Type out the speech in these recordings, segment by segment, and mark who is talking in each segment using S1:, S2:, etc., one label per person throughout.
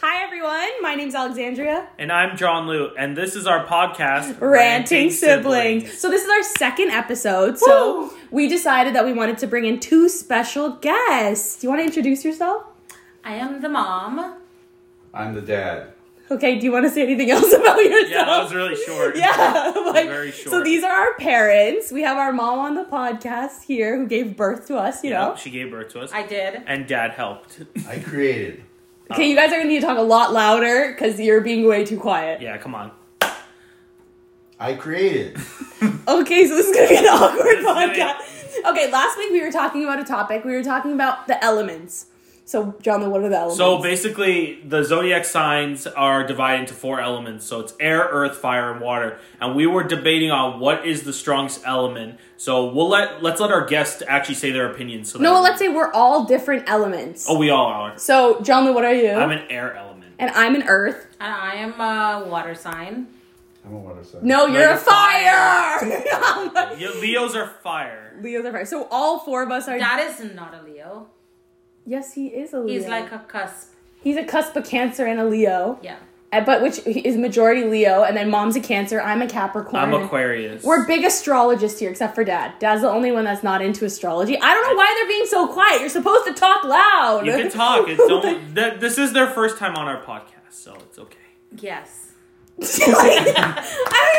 S1: Hi everyone, my name's Alexandria.
S2: And I'm John Liu, and this is our podcast,
S1: Ranting siblings. So this is our second episode. So
S2: Woo!
S1: we decided that we wanted to bring in two special guests. Do you want to introduce yourself?
S3: I am the mom.
S4: I'm the dad.
S1: Okay, do you want to say anything else about yourself?
S2: Yeah, that was really short.
S1: Yeah, like,
S2: Very short.
S1: so these are our parents. We have our mom on the podcast here who gave birth to us, you
S2: You know,
S1: know.
S2: she gave birth to us,
S3: I did.
S2: and Dad helped.
S4: I created.
S1: Okay, you guys are going to need to talk a lot louder cuz you're being way too quiet.
S2: yeah, come on.
S4: I created.
S1: Okay, so this is gonna be an awkward
S2: This is gonna be-
S1: podcast. Okay, last week we were talking about a topic. We were talking about the elements. So, John, what are the elements?
S2: So basically, the zodiac signs are divided into four elements. So it's air, earth, fire, and water. And we were debating on what is the strongest element. So we'll let let's let our guests actually say their opinions. So
S1: no,
S2: that-
S1: well, let's say we're all different elements.
S2: Oh, we all are.
S1: So, John, what are you?
S2: I'm an air element.
S1: and I'm an earth.
S3: And I am a water sign.
S4: I'm a water sign.
S1: No, you're
S2: you're
S1: a fire. I'm like-
S2: Yeah, Leos are fire.
S1: Leo's a fire. So all four of us are.
S3: Dad is not a Leo.
S1: yes, he is a Leo.
S3: He's like a cusp.
S1: he's a cusp of Cancer and a Leo,
S3: Yeah.
S1: Uh, but which he is majority Leo, and then Mom's a Cancer. I'm a Capricorn.
S2: I'm Aquarius.
S1: We're big astrologists here, except for Dad. Dad's the only one that's not into astrology. I don't know why they're being so quiet. You're supposed to talk loud.
S2: You can talk. It's don't. Th- this is their first time on our podcast, so it's okay.
S3: Yes.
S1: Like,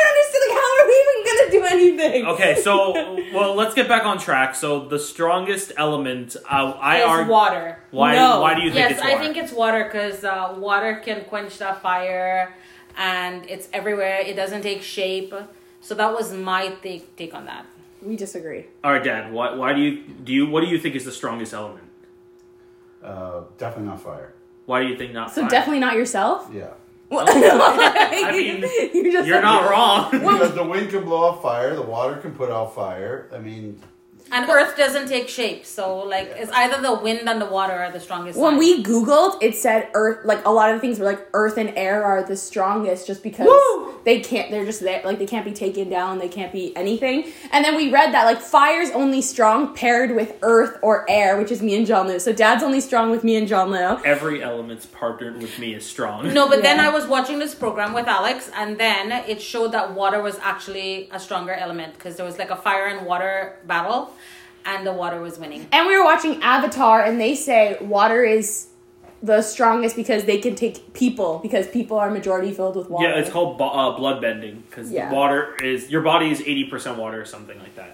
S1: I don't understand. Like, how are we even gonna do anything?
S2: Okay, so well, let's get back on track. So the strongest element, uh, I
S3: Is
S2: are
S3: water.
S2: why?
S1: No.
S2: Why do you think
S3: yes,
S2: it's water?
S3: I think it's water because uh, water can quench the fire, and it's everywhere. It doesn't take shape. So that was my take take on that.
S1: we disagree.
S2: All right, Dad. Why? Why do you do you? What do you think is the strongest element?
S4: Uh, definitely not fire.
S2: Why do you think not?
S1: So
S2: fire?
S1: definitely not yourself.
S4: Yeah.
S1: Well, no, like,
S2: mean,
S1: you just
S2: You're not wrong.
S4: Because the wind can blow out fire, the water can put out fire. I mean,
S3: And Earth doesn't take shape. So like, it's either the wind and the water are the strongest.
S1: When
S3: sign.
S1: we googled, it said Earth. Like a lot of the things were like Earth and air are the strongest, just because
S2: Woo!
S1: they can't. They're just there. Like they can't be taken down. They can't be anything. And then we read that like fire's only strong paired with Earth or air, which is me and John Liu. So Dad's only strong with me and John Liu.
S2: Every element's partnered with me is strong.
S3: No, but then
S1: Yeah.
S3: I was watching this program with Alex, and then it showed that water was actually a stronger element because there was like a fire and water battle, and the water was winning.
S1: And we were watching Avatar, and they say water is the strongest because they can take people because people are majority filled with water.
S2: Yeah, it's called bo- uh, blood bending because
S1: Yeah.
S2: water is your body is eighty percent water or something like that.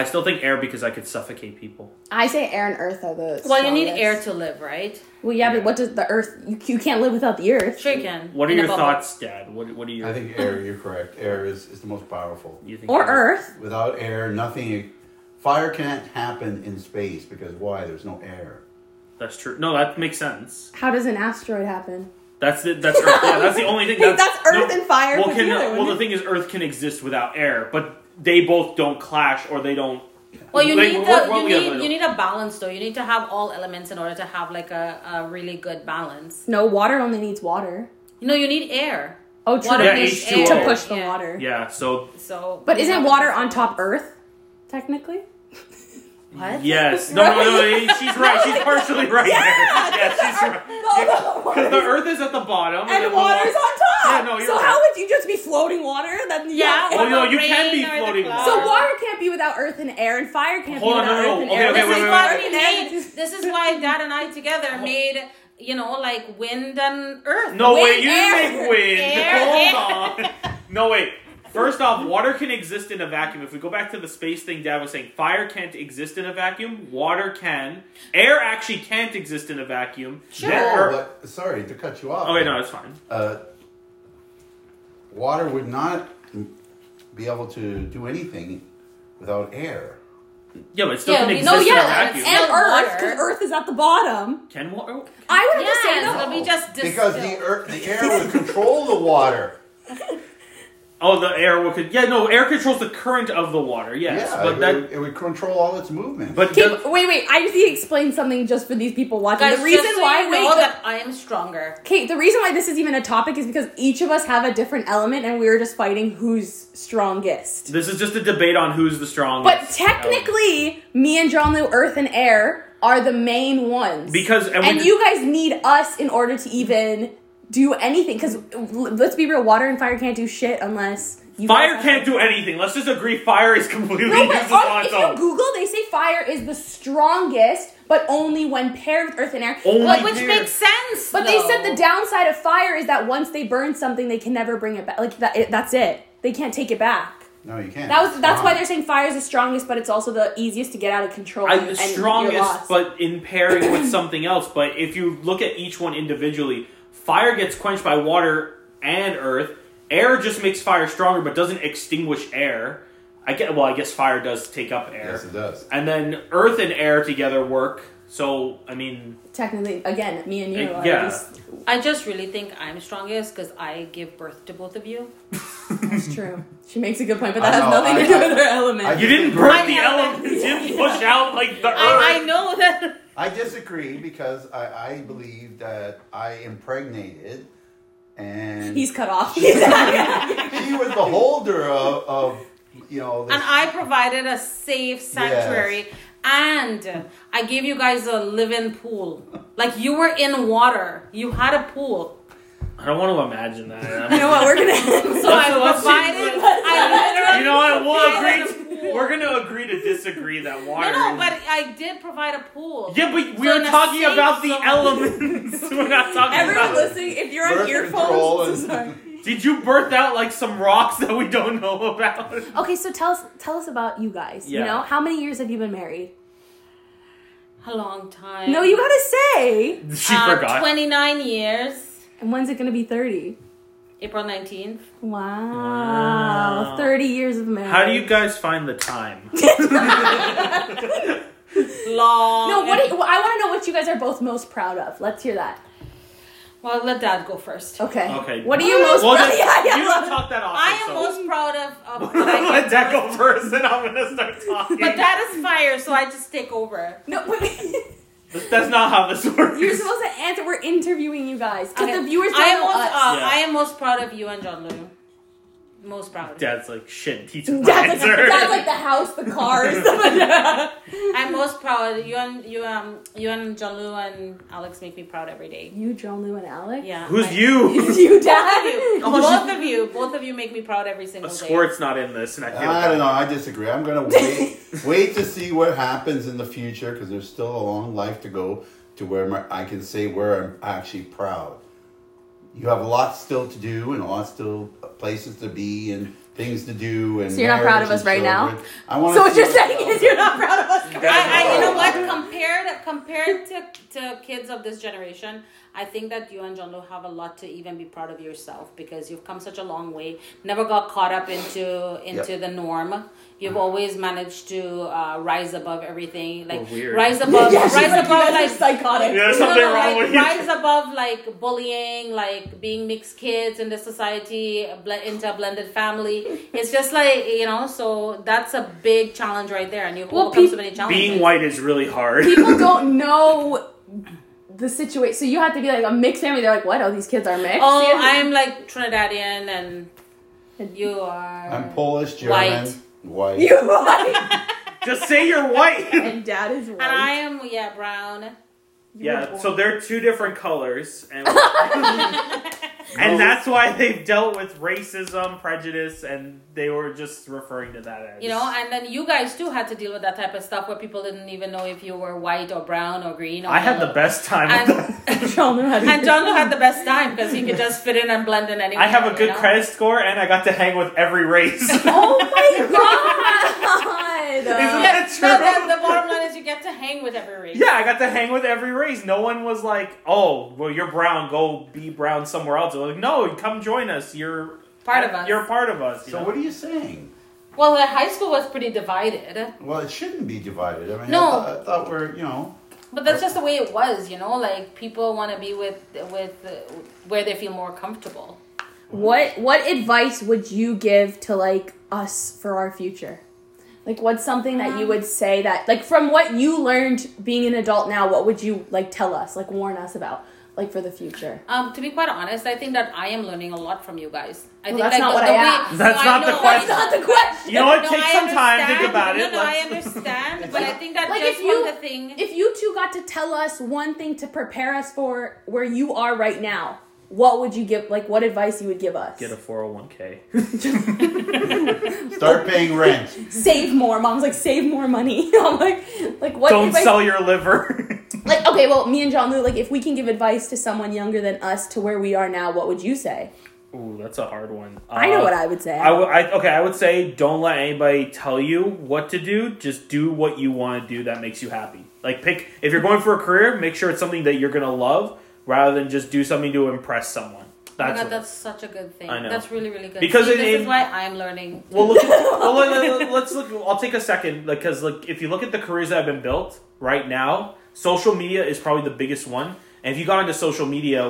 S2: I still think air because I could suffocate people.
S1: I say air and earth are the.
S3: Well, you need
S1: strongest.
S3: air to live, right?
S1: Well, yeah, but what does the earth? You, you can't live without the earth.
S3: Sure, you can.
S2: What are
S3: in a
S2: your
S3: bubble.
S2: thoughts, Dad? What What are your
S4: I think air, you're correct. Air is, is the most powerful.
S2: you think
S1: Or
S2: that-
S1: earth.
S4: Without air, nothing. Fire can't happen in space because why? There's no air.
S2: That's true. No, that makes sense.
S1: How does an asteroid happen?
S2: That's the that's Earth. Yeah, that's the only thing.
S1: Wait, that's Earth and fire
S2: Well,
S1: put
S2: can, uh,
S1: together,
S2: well, the
S1: wouldn't
S2: thing is, Earth can exist without air, but they both don't clash, or they don't.
S3: Well, you
S2: Like,
S3: need
S2: what-
S3: the,
S2: what
S3: you
S2: we have
S3: need
S2: to
S3: you
S2: do?
S3: need a balance though. You need to have all elements in order to have like a, a really good balance.
S1: No, water only needs water.
S3: You know, you need air.
S1: Oh, true.
S3: Water
S2: Yeah,
S3: needs
S2: H2O.
S3: air.
S1: to push the
S3: Yeah.
S1: water.
S2: Yeah. So
S3: So,
S1: But isn't water on top Earth, technically?
S3: What?
S2: yes. No, no, no. no, She's right. She's partially right. there. Yeah, she's right.
S1: No,
S2: Because the Earth is at the bottom, and, then
S1: And
S2: the
S1: water's
S2: wa-
S1: on top.
S2: Yeah, no, you're
S1: so
S2: right.
S1: how would you just be floating water? Then
S3: Yeah.
S2: Oh,
S3: or
S2: no,
S3: the
S2: you can
S3: rain
S2: be
S3: or the
S2: floating
S3: clouds.
S1: So water can't be without earth and air, and fire can't
S2: Oh, Hold
S1: be
S2: on,
S1: without
S2: no, no,
S1: earth and
S2: okay,
S1: air.
S2: okay,
S1: This
S2: wait,
S1: is
S2: wait,
S1: water
S2: wait,
S3: We
S1: and
S3: made-
S1: air.
S3: this is why Dad and I together made you know like wind and earth.
S2: No
S1: Wind,
S2: wait, you
S1: air.
S2: didn't make wind.
S3: Air,
S2: Hold on. No wait. First off, water can exist in a vacuum. If we go back to the space thing Dad was saying, fire can't exist in a vacuum. Water can. Air actually can't exist in a vacuum.
S3: Sure.
S2: Then
S4: Oh,
S2: Earth-
S4: but sorry to cut you off.
S2: Okay, Oh, no, it's fine.
S4: uh, water would not be able to do anything without air.
S2: Yeah, but it still
S3: Yeah,
S2: can
S3: we-
S2: exist
S1: No,
S2: in a
S1: yeah,
S2: vacuum.
S1: and
S3: Not
S1: earth
S3: water.
S1: because earth is at the bottom.
S2: Can oh, water?
S1: I would have
S3: Yes,
S1: to say
S3: let
S1: no.
S3: me just distill.
S4: Because the air, the air would control the water.
S2: Oh, the air will. Could, yeah, no, air controls the current of the water. Yes,
S4: yeah,
S2: but
S4: it,
S2: that.
S4: would, it would control all its movements.
S2: But
S1: Okay,
S2: the,
S1: wait, wait. I just need to explain something just for these people watching.
S3: Guys,
S1: the reason
S3: just so
S1: why
S3: you
S1: wait,
S3: know
S1: the-
S3: that I am stronger.
S1: Kate, the reason why this is even a topic is because each of us have a different element and we were just fighting who's strongest.
S2: this is just a debate on who's the strongest.
S1: But technically, me and John Lou, Earth and Air, are the main ones.
S2: Because- and
S1: and,
S2: we did-
S1: you guys need us in order to even do anything. Because let's be real, water and fire can't do shit unless you guys
S2: Fire
S1: have-
S2: can't do anything. Let's just agree fire is completely
S1: No, but um,
S2: useless on
S1: if
S2: its
S1: you
S2: own.
S1: Google, they say fire is the strongest, but only when paired with earth and air.
S2: Only
S1: But-
S3: Which
S2: Weird.
S3: makes sense.
S1: But they
S3: though.
S1: said the downside of fire is that once they burn something, they can never bring it back. Like that, it, that's it. They can't take it back.
S4: No, you can't.
S1: That was that's why
S4: Wrong.
S1: they're saying fire is the strongest, but it's also the easiest to get out of control.
S2: I,
S1: and-
S2: the
S1: and you're
S2: strongest,
S1: lost.
S2: but in pairing with something else. But if you look at each one individually, fire gets quenched by water and earth. Air just makes fire stronger, but doesn't extinguish air. I get well. I guess fire does take up air,
S4: Yes, it does.
S2: and then earth and air together work. So I mean,
S1: technically, again, me and you.
S2: Uh,
S1: are
S2: yeah.
S1: just-
S3: I just really think I'm strongest because I give birth to both of you.
S1: it's true. She makes a good point, but
S4: I
S1: that has
S4: know,
S1: nothing
S4: I-
S1: to do
S4: I-
S1: with her element.
S4: I-
S2: you didn't burn
S3: I
S2: the
S3: know.
S2: elements. You didn't push out like the earth.
S3: I, I know that.
S4: I disagree because I, I believe that I impregnated and
S1: He's cut off. He's-
S4: he was the holder of, of you know this,
S3: And I provided a safe sanctuary. And I gave you guys a live-in pool. Like you were in water. You had a pool.
S2: I don't want to imagine that.
S1: you know what? We're gonna.
S3: So I
S2: let's see.
S3: provided. I
S2: You know what? We'll
S3: literally provided
S2: agree.
S3: a pool.
S2: we're gonna agree to disagree that water.
S3: No, no,
S2: is-
S3: but I did provide a pool.
S2: yeah, but we
S3: So
S2: are
S3: in a
S2: talking
S3: safe
S2: about the
S3: zone.
S2: elements. we're not talking
S1: Everyone
S2: about.
S1: listening, if you're on
S4: Birth control
S1: earphones,
S4: and-
S1: sorry.
S2: Did you birth out like some rocks that we don't know about?
S1: okay. So tell us, tell us about you guys.
S2: Yeah.
S1: You know, how many years have you been married?
S3: A long time.
S1: No, you gotta say.
S2: She
S3: Uh,
S2: forgot.
S3: 29 years.
S1: And when's it gonna be thirty?
S3: April 19th.
S1: Wow.
S2: Wow.
S1: 30 years of marriage.
S2: How do you guys find the time?
S3: Long.
S1: No, what do you, well, I want to know what you guys are both most proud of. Let's hear that.
S3: Well, let dad go first.
S1: Okay.
S2: Okay.
S1: What are you most
S2: Well,
S1: proud
S2: just-
S1: Yeah, yeah.
S2: You don't talk that often.
S3: I am
S2: so.
S3: most proud of. of
S2: Let that go first, and I'm gonna start talking.
S3: But that is fire, so I just take over.
S1: No, but
S2: That's- that's not how this works.
S1: you're supposed to answer. We're interviewing you guys. Because
S3: Okay.
S1: the viewers
S3: I am
S1: don't know
S3: most,
S1: us.
S3: uh,
S2: Yeah.
S3: I am most proud of you and John Lou. Most proud.
S2: Dad's like shit. Teach him
S1: That's like,
S2: answer.
S1: that's like the house, the cars. the-
S3: I'm most proud. You and you um you and John Lou and Alex make me proud every day.
S1: you, John Lou, and Alex?
S3: Yeah.
S2: Who's
S3: I-
S2: you? Oh,
S1: It's you,
S3: Both
S1: Dad?
S3: of you. Both of you. Both of you make me proud every
S2: A
S3: single day.
S2: squirt's not in this, and I feel.
S4: I
S2: bad.
S4: don't know. I disagree. I'm gonna wait, wait to see what happens in the future because there's still a long life to go to where my, I can say where I'm actually proud. You have a lot still to do and a lot still uh, places to be and things to do. And
S1: So you're not proud of
S4: marriage
S1: us
S4: and
S1: right now?
S4: children. I want.
S1: So what you're saying is you're not proud of us.
S3: I, I, you know what? Compared compared to, to kids of this generation, I think that you and John Lou have a lot to even be proud of yourself because you've come such a long way. Never got caught up into into
S4: Yep.
S3: the norm. You've always managed to uh, rise above everything, like
S2: We're weird.
S3: rise above,
S1: Yeah, she's
S3: rise
S1: like,
S3: above,
S1: you guys
S3: like.
S1: are psychotic.
S2: Yeah, there's something wrong
S3: like,
S2: with you.
S3: Rise above like bullying, like being mixed kids in the society, blend into a blended family. It's just like you know, so that's a big challenge right there, and you've
S1: Well,
S3: overcome
S1: peop-
S3: so many challenges.
S2: Being white is really hard.
S1: People don't know the situation. So you have to be like a mixed family. They're like, what? Oh, these kids are mixed?
S3: Oh,
S1: Yeah.
S3: I'm like Trinidadian, and you are.
S4: I'm Polish, German,
S3: White.
S4: white.
S1: You white.
S2: Just say you're white.
S1: and dad is white.
S3: and I am yeah brown.
S1: You were
S2: yeah.
S1: born-
S2: So they're two different colors, and and that's why they've dealt with racism, prejudice, and they were just referring to that as
S3: You know, and then you guys too had to deal with that type of stuff where people didn't even know if you were white or brown or green. Or
S2: I had
S3: yellow.
S2: the best time. with
S3: And,
S2: that.
S1: John Lou had
S3: and John Lou had the best time because he could just fit in and blend in anywhere.
S2: I have a
S3: you
S2: good
S3: know?
S2: credit score, and I got to hang with every race.
S1: Oh my
S2: Isn't
S1: god!
S2: that-
S3: Yeah,
S2: That's
S3: no,
S2: true.
S3: the, the bottom line is you get to hang with every race.
S2: yeah, I got to hang with every race. No one was like, "Oh, well, you're brown. Go be brown somewhere else." They were like, "No, come join us. You're
S3: Part of us.
S2: You're part of us." you
S4: So
S2: know?
S4: what are you saying?
S3: Well, the high school was pretty divided.
S4: Well, it shouldn't be divided. I mean,
S3: No.
S4: I, thought, I thought we're you know.
S3: But that's just the way it was, you know. Like people want to be with with uh, where they feel more comfortable.
S1: What what advice would you give to like us for our future? Like, what's something that
S3: Um,
S1: you would say that like from what you learned being an adult now? What would you like tell us? Like, warn us about? like for the future?
S3: Um, to be quite honest, I think that I am learning a lot from you guys. I
S1: Well,
S3: think
S1: that's
S3: like
S1: not
S3: the,
S1: what
S3: the
S1: I
S3: way-
S1: asked.
S2: That's
S3: No, I
S2: not the
S3: know, I
S1: That's
S2: question.
S3: know.
S1: not the question.
S2: You know what?
S3: No,
S2: Take
S3: I
S2: some time. Think
S3: understand.
S2: about it.
S3: No, no, I
S2: Let's-
S3: understand, but I think that
S1: Like,
S3: just
S1: if you-
S3: from the thing.
S1: If you two got to tell us one thing to prepare us for where you are right now, what would you give? Like, what advice you would give us?
S2: Get a 401k.
S4: Start paying rent.
S1: save more. Mom's like, save more money. I'm like, like what?
S2: Don't
S1: advice-
S2: sell your liver.
S1: Like, okay, well, me and John Lou, like, if we can give advice to someone younger than us to where we are now, what would you say?
S2: Ooh, that's a hard one.
S1: I know
S2: Uh,
S1: what I would say.
S2: I would- I- okay, I would say don't let anybody tell you what to do. Just do what you want to do that makes you happy. Like pick if you're going for a career, make sure it's something that you're gonna love rather than just do something to impress someone.
S3: Oh
S2: That's,
S3: my God,
S2: what-
S3: that's such a good thing.
S2: I know.
S3: That's really, really good.
S2: Because
S3: See,
S2: it-
S3: this is
S2: it-
S3: why I'm learning.
S2: well. Look, well let, us look. I'll take a second because like if you look at the careers that have been built right now, social media is probably the biggest one. And if you got into social media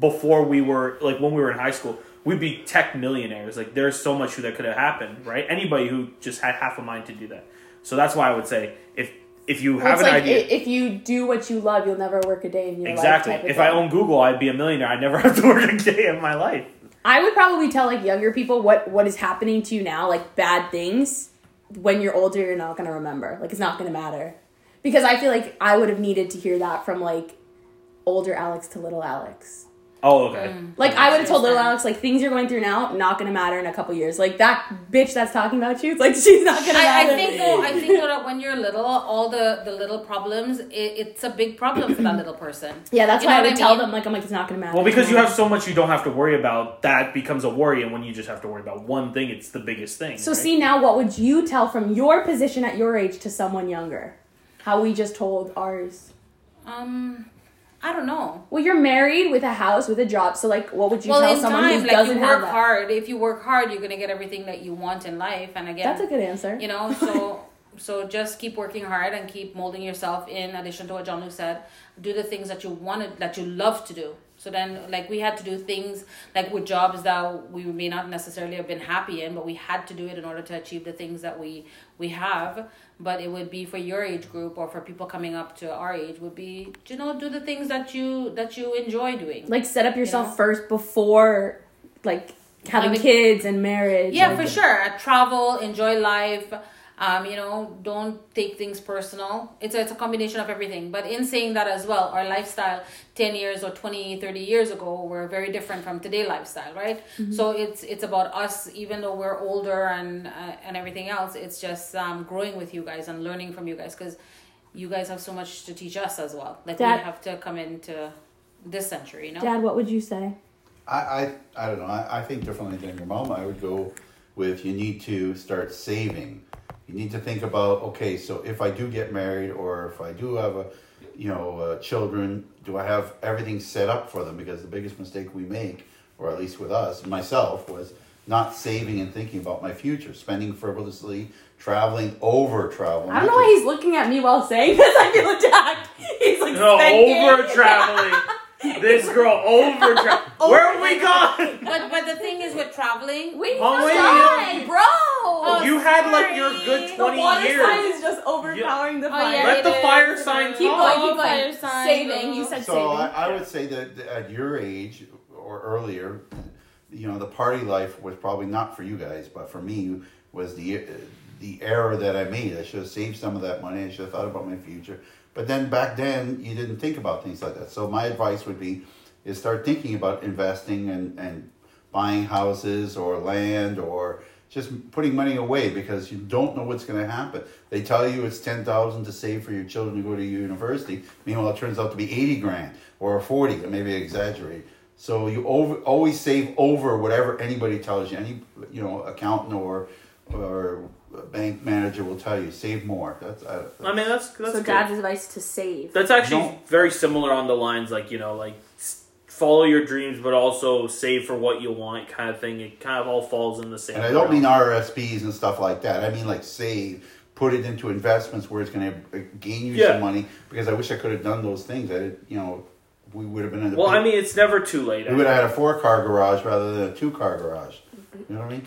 S2: before we were like when we were in high school, we'd be tech millionaires. Like there's so much that could have happened, right? Anybody who just had half a mind to do that. So that's why I would say if if you
S1: Well,
S2: have
S1: it's
S2: an
S1: like
S2: idea.
S1: i- if you do what you love, you'll never work a day in your
S2: Exactly.
S1: life. type of
S2: If I
S1: thing.
S2: owned Google, I'd be a millionaire. I'd never have to work a day in my life.
S1: I would probably tell like younger people what what is happening to you now, like bad things. When you're older, you're not gonna remember. Like it's not gonna matter, because I feel like I would have needed to hear that from like older Alex to little Alex.
S2: Oh, okay.
S3: Mm.
S1: Like I would have told little
S3: Understand.
S1: Alex like things you're going through now not gonna matter in a couple years. Like that bitch that's talking about you, it's like she's not gonna
S3: I,
S1: matter.
S3: I think though, I think though that when you're little, all the the little problems, it, it's a big problem for that little person.
S1: yeah, that's
S3: You
S1: why
S3: know
S1: I would
S3: what I
S1: tell
S3: mean?
S1: them like I'm like it's not gonna matter.
S2: Well, because you have so much you don't have to worry about, that becomes a worry. And when you just have to worry about one thing, it's the biggest thing.
S1: So
S2: right?
S1: see now, what would you tell from your position at your age to someone younger? How we just told ours.
S3: Um, I don't know.
S1: Well, you're married with a house with a job, so like, what would you
S3: well,
S1: tell
S3: in
S1: someone
S3: time,
S1: who
S3: like
S1: doesn't
S3: you
S1: have
S3: work
S1: that?
S3: hard. If you work hard, you're gonna get everything that you want in life. And again,
S1: That's a good answer.
S3: you know so so just keep working hard and keep molding yourself in addition to what john luke said do the things that you wanted that you love to do so then like we had to do things like with jobs that we may not necessarily have been happy in but we had to do it in order to achieve the things that we we have but it would be for your age group or for people coming up to our age would be you know do the things that you that you enjoy doing
S1: like set up yourself
S3: You know?
S1: first before like having
S3: Having-
S1: kids and marriage.
S3: Yeah,
S1: Like,
S3: for sure. I travel, enjoy life. Um, you know, don't take things personal. It's a, it's a combination of everything. But in saying that as well, our lifestyle 10 years or 20, 30 years ago were very different from today lifestyle, right? So it's it's about us even though we're older and uh, and everything else, it's just um, growing with you guys and learning from you guys cuz you guys have so much to teach us as well. Like
S1: That-
S3: we have to come into this century, you know.
S1: Dad, what would you say?
S4: I, I, I don't know. I, I think differently than your mom. I would go with you need to start saving. You need to think about okay, so if I do get married or if I do have a, you know, uh, children, do I have everything set up for them? Because the biggest mistake we make, or at least with us, myself, was not saving and thinking about my future, spending frivolously, traveling, over traveling.
S1: I don't know why he's looking at me while saying this. I feel attacked. He's like,
S2: No,
S1: spanking.
S2: over traveling. this girl over traveling. Where have we gone?
S3: But but the thing is with traveling,
S1: Wait,
S2: Oh,
S1: no,
S2: wait,
S1: sign,
S2: you-
S1: bro.
S2: you had like your good
S3: sorry.
S1: Oh, the
S2: 20
S1: water sign
S2: years.
S1: is just overpowering the
S3: Oh,
S1: fire.
S3: yeah,
S2: Let the
S3: it
S2: fire
S3: is.
S2: sign
S1: Keep
S2: Oh,
S1: going, keep
S3: fire
S1: going.
S3: sign,
S1: saving.
S3: though.
S1: You said
S4: So
S1: saving.
S4: I, I would say that th- at your age or earlier, you know, the party life was probably not for you guys, but for me was the uh, the error that I made. I should have saved some of that money. I should have thought about my future. But then back then, you didn't think about things like that. So my advice would be, is start thinking about investing and and buying houses or land or just putting money away because you don't know what's going to happen. They tell you it's ten thousand to save for your children to go to university. Meanwhile, it turns out to be eighty grand or forty. Or maybe I exaggerate. So you over, always save over whatever anybody tells you. Any you know accountant or or bank manager will tell you save more. That's I,
S2: I mean, that's that's
S1: so
S2: good.
S1: dad's advice to save.
S2: That's actually
S4: No.
S2: very similar on the lines, like you know, like s- follow your dreams, but also save for what you want, kind of thing. It kind of all falls in the same.
S4: And I don't
S2: realm.
S4: mean RSPs and stuff like that. I mean like save, put it into investments where it's going to gain you
S2: Yeah.
S4: some money. Because I wish I could have done those things. I, did- you know, we would have been in. The
S2: Well, I mean, it's never too late.
S4: we would have had a four-car garage rather than a two-car garage. You know what I mean?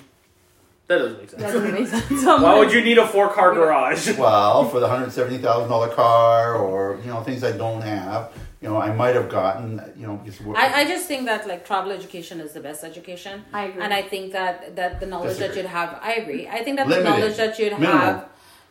S2: That doesn't make
S1: That
S2: sense.
S1: doesn't make sense.
S2: Why would you need a four car garage?
S4: Well, for the hundred seventy thousand dollar car, or you know, things I don't have. you know, I might have gotten, you know, because we're-
S3: I, I just think that like travel education is the best education.
S1: I agree.
S3: And I think that that the knowledge that
S4: Disagree.
S3: you'd have, I agree. I think that
S4: Limited.
S3: the knowledge that you'd
S4: Minimal.
S3: have,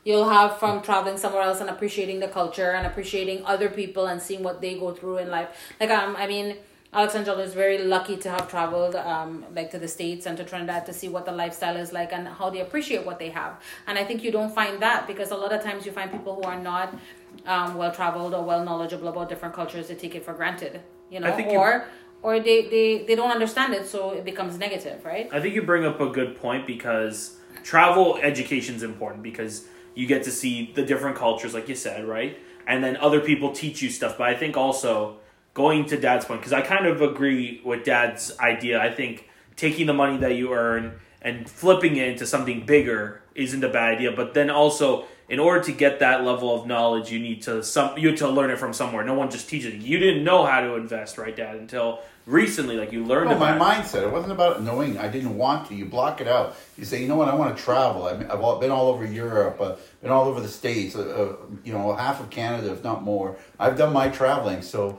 S3: you'll have from traveling somewhere else and appreciating the culture and appreciating other people and seeing what they go through in life. Like um, I mean. Alexandra is very lucky to have traveled um, like to the states and to Trinidad to see what the lifestyle is like and how they appreciate what they have. And I think you don't find that because a lot of times you find people who are not um, well traveled or well knowledgeable about different cultures. They take it for granted, you know,
S2: I think you-
S3: or or they, they they don't understand it so it becomes negative right
S2: I think you bring up a good point because travel education is important because you get to see the different cultures, like you said, right? And then other people teach you stuff. But I think also going to Dad's point, because I kind of agree with Dad's idea. I think taking the money that you earn and flipping it into something bigger isn't a bad idea. But then also, in order to get that level of knowledge, you need to some you need to learn it from somewhere. No one just teaches you. You didn't know how to invest, right, Dad, until recently. Like you learned
S4: No,
S2: about
S4: my
S2: it.
S4: mindset. It wasn't about knowing. I didn't want to. You block it out. You say, you know what? I want to travel. I've, I've all- been all over Europe. Uh, been all over the states. Uh, uh, you know, half of Canada, if not more. I've done my traveling. So,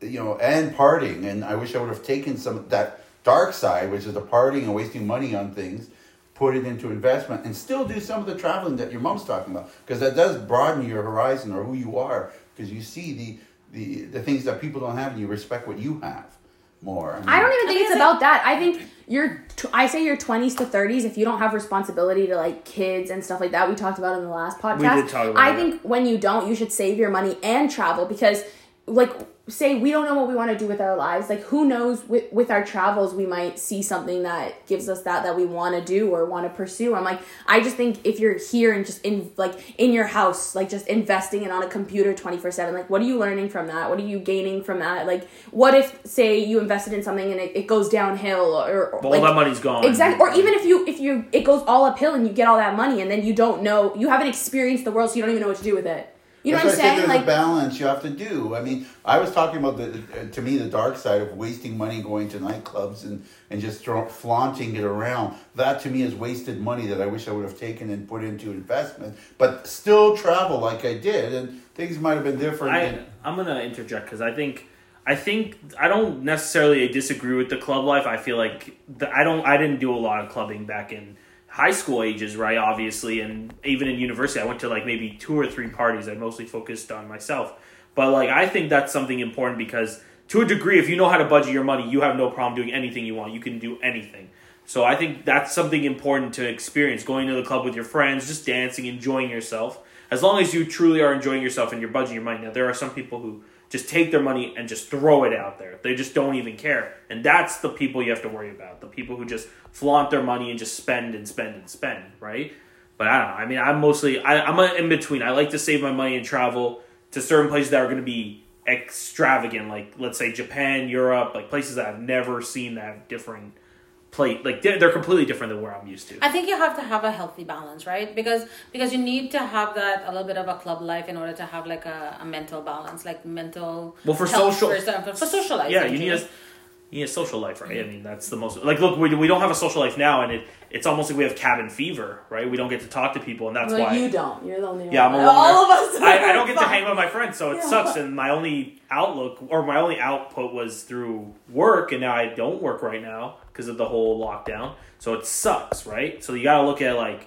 S4: you know, and partying. And I wish I would have taken some of that dark side, which is the partying and wasting money on things, put it into investment, and still do some of the traveling that your mom's talking about because that does broaden your horizon or who you are because you see the. The, the things that people don't have and you respect what you have more. mean-
S1: I don't even
S3: I
S1: think
S3: mean,
S1: it's
S3: it's
S1: about that. I think you're. T- I say your twenties to thirties. If you don't have responsibility to like kids and stuff like that, we talked about in the last podcast.
S2: did talk about
S1: I
S2: that.
S1: think when you don't, you should save your money and travel because, like, say we don't know what we want to do with our lives. Like, who knows? With with our travels, we might see something that gives us that that we want to do or want to pursue. I'm like, I just think if you're here and just in like in your house, like just investing it on a computer twenty four seven. Like, what are you learning from that? What are you gaining from that? Like, what if say you invested in something and it, it goes downhill or, or
S2: But
S1: like,
S2: all that money's gone.
S1: Exactly. Or even if you if you it goes all uphill and you get all that money and then you don't know you haven't experienced the world so you don't even know what to do with it. You know
S4: That's
S1: what I'm
S4: why I said
S1: saying?
S4: There's a
S1: Like
S4: balance you have to do. I mean, I was talking about the uh, to me the dark side of wasting money going to nightclubs and and just throw, flaunting it around. That to me is wasted money that I wish I would have taken and put into investment, but still travel like I did, and things might have been different.
S2: I,
S4: and-
S2: I'm gonna interject because I think I think I don't necessarily disagree with the club life. I feel like the, I don't I didn't do a lot of clubbing back in high school ages, right? Obviously, and even in university, I went to like maybe two or three parties. I mostly focused on myself, but like I think that's something important because to a degree, if you know how to budget your money, you have no problem doing anything you want. You can do anything. So I think that's something important to experience going to the club with your friends, just dancing, enjoying yourself. As long as you truly are enjoying yourself and you're budgeting your money. Now there are some people who just take their money and just throw it out there. They just don't even care. And that's the people you have to worry about. The people who just flaunt their money and just spend and spend and spend, right? But I don't know. I mean, I'm mostly I, I'm a in between. I like to save my money and travel to certain places that are going to be extravagant, like let's say Japan, Europe, like places that I've never seen that have different plate like they're, they're completely different than where i'm used to
S3: I think you have to have a healthy balance, right? Because because you need to have that a little bit of a club life in order to have like a, a mental balance, like mental.
S2: Well, for
S3: health
S2: social-
S3: first and for, for socializing.
S2: yeah you need
S3: too.
S2: a you need a social life right i mean that's the most like look we, we don't have a social life now and it it's almost like we have cabin fever right we don't get to talk to people and that's
S1: well,
S2: why
S1: you don't. You're the only
S2: Yeah,
S1: one.
S2: I'm a
S1: all of
S2: loner.
S1: us.
S2: I, I don't get to hang out with my friends so it
S1: Yeah.
S2: sucks and my only outlook or my only output was through work and now i don't work right now because of the whole lockdown so it sucks right so you gotta look at like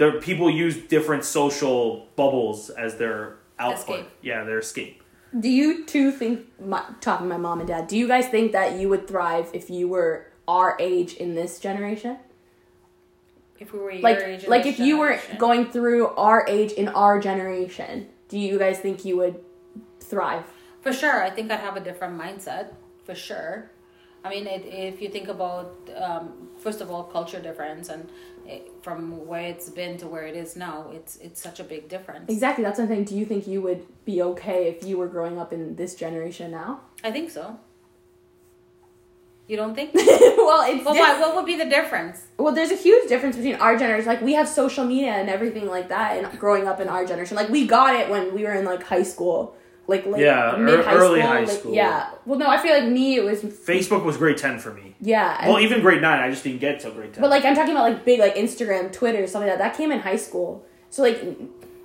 S2: there people use different social bubbles as their output
S3: Escape.
S2: yeah their escape
S1: Do you two think my, talking to my mom and dad? Do you guys think that you would thrive if you were our age in this generation?
S3: If we were your
S1: Like
S3: age in
S1: like
S3: this
S1: if you were
S3: generation.
S1: going through our age in our generation, do you guys think you would thrive?
S3: For sure, I think I'd have a different mindset. For sure, I mean, it, if you think about um, first of all culture difference and it, from where it's been to where it is now, it's it's such a big difference.
S1: Exactly, that's what I'm saying. Do you think you would be okay if you were growing up in this generation now?
S3: I think so. You don't think?
S1: well, it's
S3: Well, why, what would be the difference?
S1: well, there's a huge difference between our generation. Like we have social media and everything like that, and growing up in our generation, like we got it when we were in like high school, like late,
S2: Yeah,
S1: mid high
S2: ear- early
S1: school,
S2: high
S1: like-
S2: school.
S1: yeah. Well, no, I feel like me, it was
S2: facebook was grade 10 for me
S1: yeah. and-
S2: Well, even grade nine, I just didn't get till grade ten.
S1: but like I'm talking about like big like Instagram, Twitter, something like that. That came in high school, so like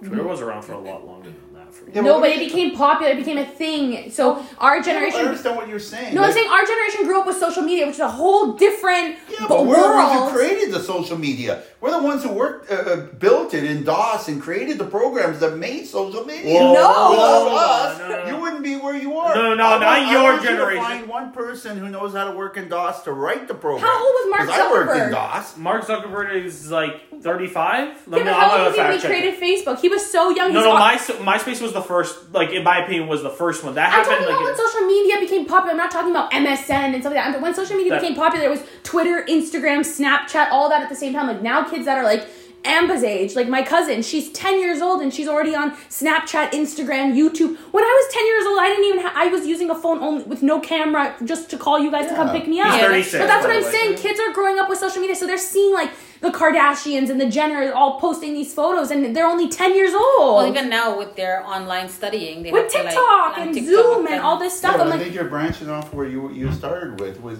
S2: Twitter was around for a lot longer than that. for you.
S4: Yeah,
S1: no,
S4: what
S1: but
S4: was-
S1: it became popular. It became a thing. So our
S4: I don't
S1: generation.
S4: understand what you're saying.
S1: No, I'm
S4: Like-
S1: saying our generation grew up with social media, which is a whole different
S4: Yeah,
S1: b-
S4: but we're the ones
S1: world.
S4: who created the social media. We're the ones who worked, uh, uh, built it in DOS and created the programs that made social media.
S2: Whoa,
S1: No.
S4: Without
S2: whoa,
S4: us,
S2: no, no, no.
S4: you wouldn't be where you are.
S2: No, no,
S4: I want-
S2: not
S4: I
S2: your
S4: want you to
S2: generation.
S4: find one person who knows how to work in DOS to write the program.
S1: How old was Mark
S4: 'Cause I worked
S1: Zuckerberg?
S4: in DOS.
S2: Mark Zuckerberg is like 35.
S1: Yeah,
S2: Let me-
S1: but
S2: I'm
S1: how
S2: gonna
S1: old was he when he
S2: fact check it.
S1: created Facebook? He was so young.
S2: No,
S1: He's
S2: no,
S1: all-
S2: my, MySpace was the first, like, in my opinion, was the first one. That
S1: I'm
S2: happened,
S1: talking about
S2: like,
S1: when social media became popular. I'm not talking about MSN and stuff like that. I'm- When social media
S2: That-
S1: became popular, it was Twitter, Instagram, Snapchat, all that at the same time. Like now, kids that are like Amba's age, like my cousin, she's 10 years old and she's already on Snapchat, Instagram, YouTube. When I was 10 years old, I didn't even. Ha- I was using a phone only with no camera just to call you guys to come
S4: Yeah.
S1: pick me
S2: he's
S1: up.
S3: Yeah,
S2: 36.
S1: But that's what
S2: by
S1: I'm
S2: the way.
S1: saying. Kids are growing up with social media, so they're seeing like the Kardashians and the Jenners all posting these photos, and they're only 10 years old.
S3: Well, even now with their online studying, they
S1: with
S3: have to, like,
S1: TikTok
S3: on
S1: and
S3: TikTok
S1: Zoom and
S3: them.
S1: all this stuff,
S4: Yeah,
S1: I'm
S4: but I
S1: like,
S4: think you're branching off where you you started with was.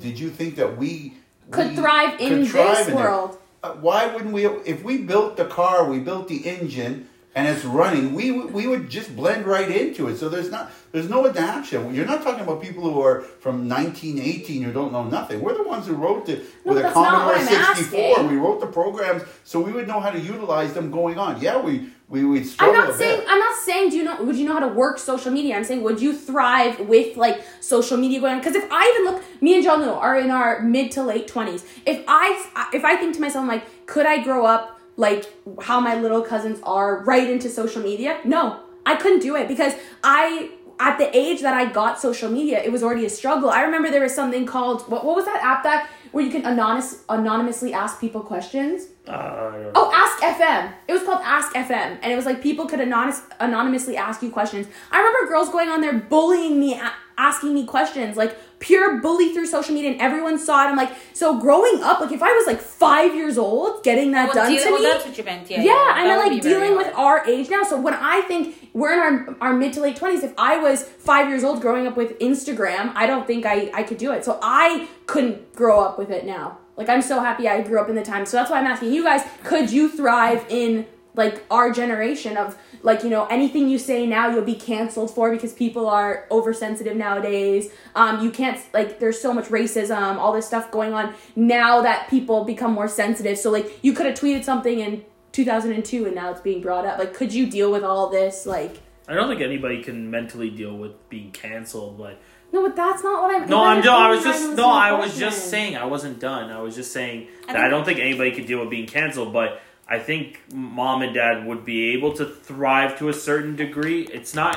S4: Did you think that we
S1: Could
S4: we
S1: thrive in
S4: could thrive
S1: this
S4: in it?
S1: world.
S4: Uh, why wouldn't we? If we built the car, we built the engine, and it's running, we would- we would just blend right into it. So there's not there's no adaptation. You're not talking about people who are from 1918 who don't know nothing. We're the ones who wrote it
S1: No,
S4: with a
S1: that's not
S4: Commodore
S1: what I'm
S4: 64.
S1: asking.
S4: We wrote the programs so we would know how to utilize them going on. Yeah, we we would
S1: I'm
S4: struggle.
S1: not
S4: a
S1: saying
S4: bit.
S1: I'm not saying do you know would you know how to work social media? I'm saying would you thrive with like social media going on? Because if I even look, me and John Lou are in our mid to late twenties. If I if I think to myself, I'm like, could I grow up like how my little cousins are right into social media? No, I couldn't do it because I at the age that I got social media, it was already a struggle. I remember there was something called what, what was that app that where you can anonymous anonymously ask people questions.
S2: Uh, I don't know.
S1: Oh, Ask FM. It was called Ask FM, and it was like people could anonymous, anonymously ask you questions. I remember girls going on there bullying me, a- asking me questions, like pure bully through social media, and everyone saw it. I'm like, so growing up, like if I was like five years old, getting that
S3: Well,
S1: done
S3: deal-
S1: to
S3: well,
S1: me,
S3: that's what you meant. Yeah,
S1: yeah, I
S3: that
S1: mean,
S3: would
S1: like
S3: be very
S1: dealing with
S3: hard.
S1: our age now. So when I think we're in our, our mid to late twenties, if I was five years old growing up with Instagram, I don't think I I could do it. So I couldn't grow up with it now. Like I'm so happy I grew up in the time. So that's why I'm asking you guys: Could you thrive in like our generation of like you know anything you say now you'll be canceled for because people are oversensitive nowadays um you can't like there's so much racism all this stuff going on now that people become more sensitive so like you could have tweeted something in 2002 and now it's being brought up like could you deal with all this like
S2: Uh, I don't think anybody can mentally deal with being canceled. Like,
S1: no but that's not what i'm
S2: no, I'm. No,
S1: not
S2: I was
S1: even
S2: just.
S1: asking
S2: No,
S1: the
S2: I was
S1: question.
S2: just saying. I wasn't done. I was just saying
S3: I
S2: that I
S3: think-
S2: don't think anybody could deal with being canceled, but. I think mom and dad would be able to thrive to a certain degree. It's not.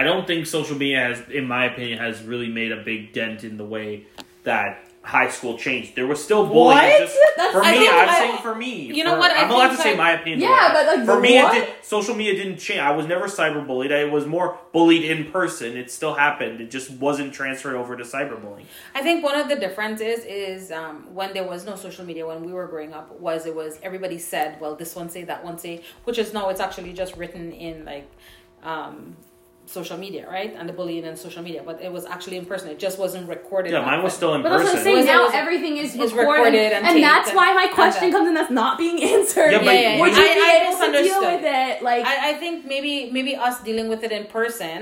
S2: I don't think social media has, in my opinion, has really made a big dent in the way that high school changed. There was still bullying.
S1: What?
S2: just-
S1: That's-
S2: for
S1: I
S2: me, I'm
S3: think I-
S2: saying for me.
S3: You know
S2: for-
S3: what, I
S2: I'm allowed to
S3: think
S2: say
S3: I-
S2: my opinion.
S1: Yeah,
S2: right?
S1: but, like,
S2: for
S1: the
S2: me,
S1: what?
S2: It did, social media didn't change. I was never cyberbullied. I was more bullied in person. It still happened. It just wasn't transferred over to cyberbullying.
S3: I think one of the differences is um, when there was no social media when we were growing up was it was everybody said well this one say that one say which is no it's actually just written in like um, social media right and the bullying in social media but it was actually in person it just wasn't recorded
S2: Yeah,
S3: back
S2: mine was
S3: then.
S2: still in
S1: but that's what
S2: person.
S1: I'm saying.
S3: Was it-
S1: Now
S3: was it-
S1: everything is,
S3: is
S1: recorded,
S3: recorded and
S1: and,
S3: taped
S1: that's
S3: and-
S1: why my
S3: and
S1: question
S3: that.
S1: comes, and that's not being answered.
S2: Yeah, but-
S3: yeah, yeah,
S1: Would
S3: yeah.
S1: you
S3: I-
S1: be
S3: I
S1: able to deal
S3: misunderstood.
S1: with it? Like,
S3: I, I think maybe maybe us dealing with it in person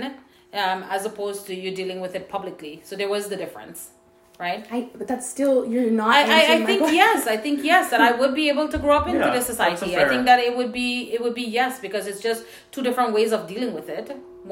S3: um, as opposed to you dealing with it publicly. So there was the difference, right?
S1: I, but that's still you're not.
S3: I, I,
S1: answering
S3: I
S1: my
S3: think
S1: question.
S3: yes. I think yes that I would be able to grow up into
S2: Yeah,
S3: this
S2: that's a
S3: society. I
S2: fair-
S3: think that it would be it would be yes because it's just two different ways of dealing with it.